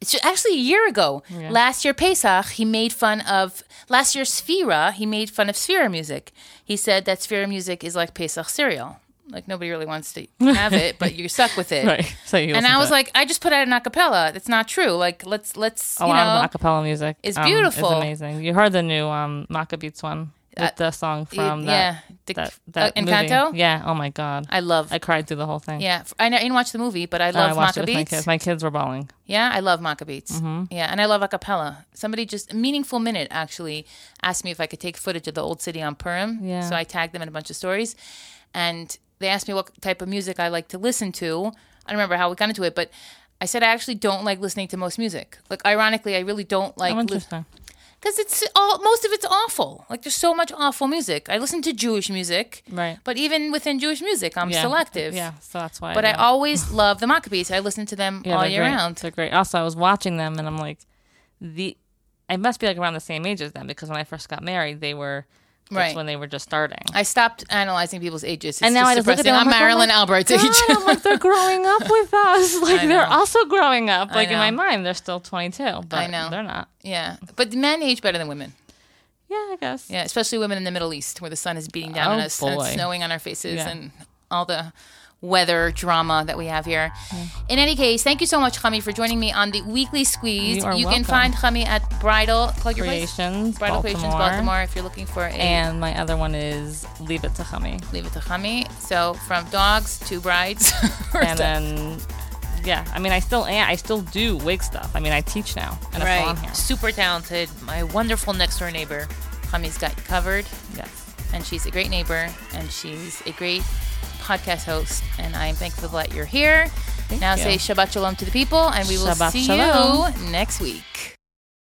S1: it's ju- actually a year ago. Last year Pesach, he made fun of last year Sphira. He made fun of Sphira music. He said that Sphira music is like Pesach cereal. Like nobody really wants to have it, but you're stuck with it.
S2: Right. So you
S1: And
S2: listen
S1: I
S2: to
S1: was
S2: it.
S1: like, I just put out an acapella. That's not true. Like let's let's
S2: a
S1: you
S2: lot
S1: know.
S2: of acapella music.
S1: it's
S2: um, is
S1: beautiful.
S2: amazing. You heard the new um, Maca Beats one with the song from
S1: yeah,
S2: that,
S1: the-
S2: that,
S1: uh,
S2: that movie.
S1: Encanto?
S2: Yeah. Oh my god.
S1: I love.
S2: I cried through the whole thing.
S1: yeah, f- I, know- I didn't watch the movie, but I
S2: And
S1: love
S2: I watched it with my
S1: Maccabees.
S2: kids. My kids were bawling.
S1: Yeah, I love maca beats.
S2: Mm-hmm.
S1: Yeah, and I love acapella. Somebody just meaningful minute actually asked me if I could take footage of the old city on Purim.
S2: Yeah.
S1: So I tagged them in a bunch of stories, and they asked me what type of music I like to listen to. I don't remember how we got into it, but I said I actually don't like listening to most music. Like ironically, I really don't like
S2: Oh,
S1: because it's
S2: interesting.
S1: all most of it's awful. Like there's so much awful music. I listen to Jewish music,
S2: Right.
S1: But even within Jewish music, I'm
S2: Yeah.
S1: selective.
S2: Yeah. So that's why.
S1: But I
S2: yeah.
S1: always love the Maccabees. I listen to them
S2: Yeah,
S1: all
S2: they're
S1: year
S2: great.
S1: round.
S2: They're great. Also, I was watching them and I'm like, the I must be like around the same age as them because when I first got married, they were that's
S1: Right.
S2: when they were just starting.
S1: I stopped analyzing people's ages. It's
S2: And now
S1: just
S2: I just look at
S1: depressing. I'm
S2: them, I'm like, oh
S1: Marilyn
S2: my
S1: Albert's
S2: God,
S1: age.
S2: I'm like they're growing up with us. Like they're
S1: know.
S2: also growing up. Like in
S1: know.
S2: my mind, they're still 22, but
S1: know.
S2: they're not.
S1: yeah, but men age better than women.
S2: Yeah, I guess.
S1: Yeah, especially women in the Middle East where the sun is beating down on
S2: Oh,
S1: us and it's
S2: boy.
S1: snowing on our faces
S2: Yeah.
S1: and all the weather drama that we have here. In any case, thank you so much, Chami, for joining me on the weekly squeeze.
S2: You are
S1: can
S2: welcome.
S1: find Chami at Bridal Plug Your Place.
S2: Creations,
S1: Bridal
S2: Baltimore,
S1: Creations Baltimore if you're looking for a
S2: and my other one is Leave It to Chummy,
S1: leave it to Chami. So from dogs to brides. We're
S2: and then. Yeah, I mean, I still am. I still do wig stuff. I mean, I teach now, and it's on here.
S1: Super talented. My wonderful next door neighbor. Chami's got you covered.
S2: Yes,
S1: and she's a great neighbor and she's a great podcast host and I'm thankful that you're here. now
S2: you.
S1: say Shabbat Shalom to the people and we will
S2: Shabbat
S1: see
S2: Shalom.
S1: you next week.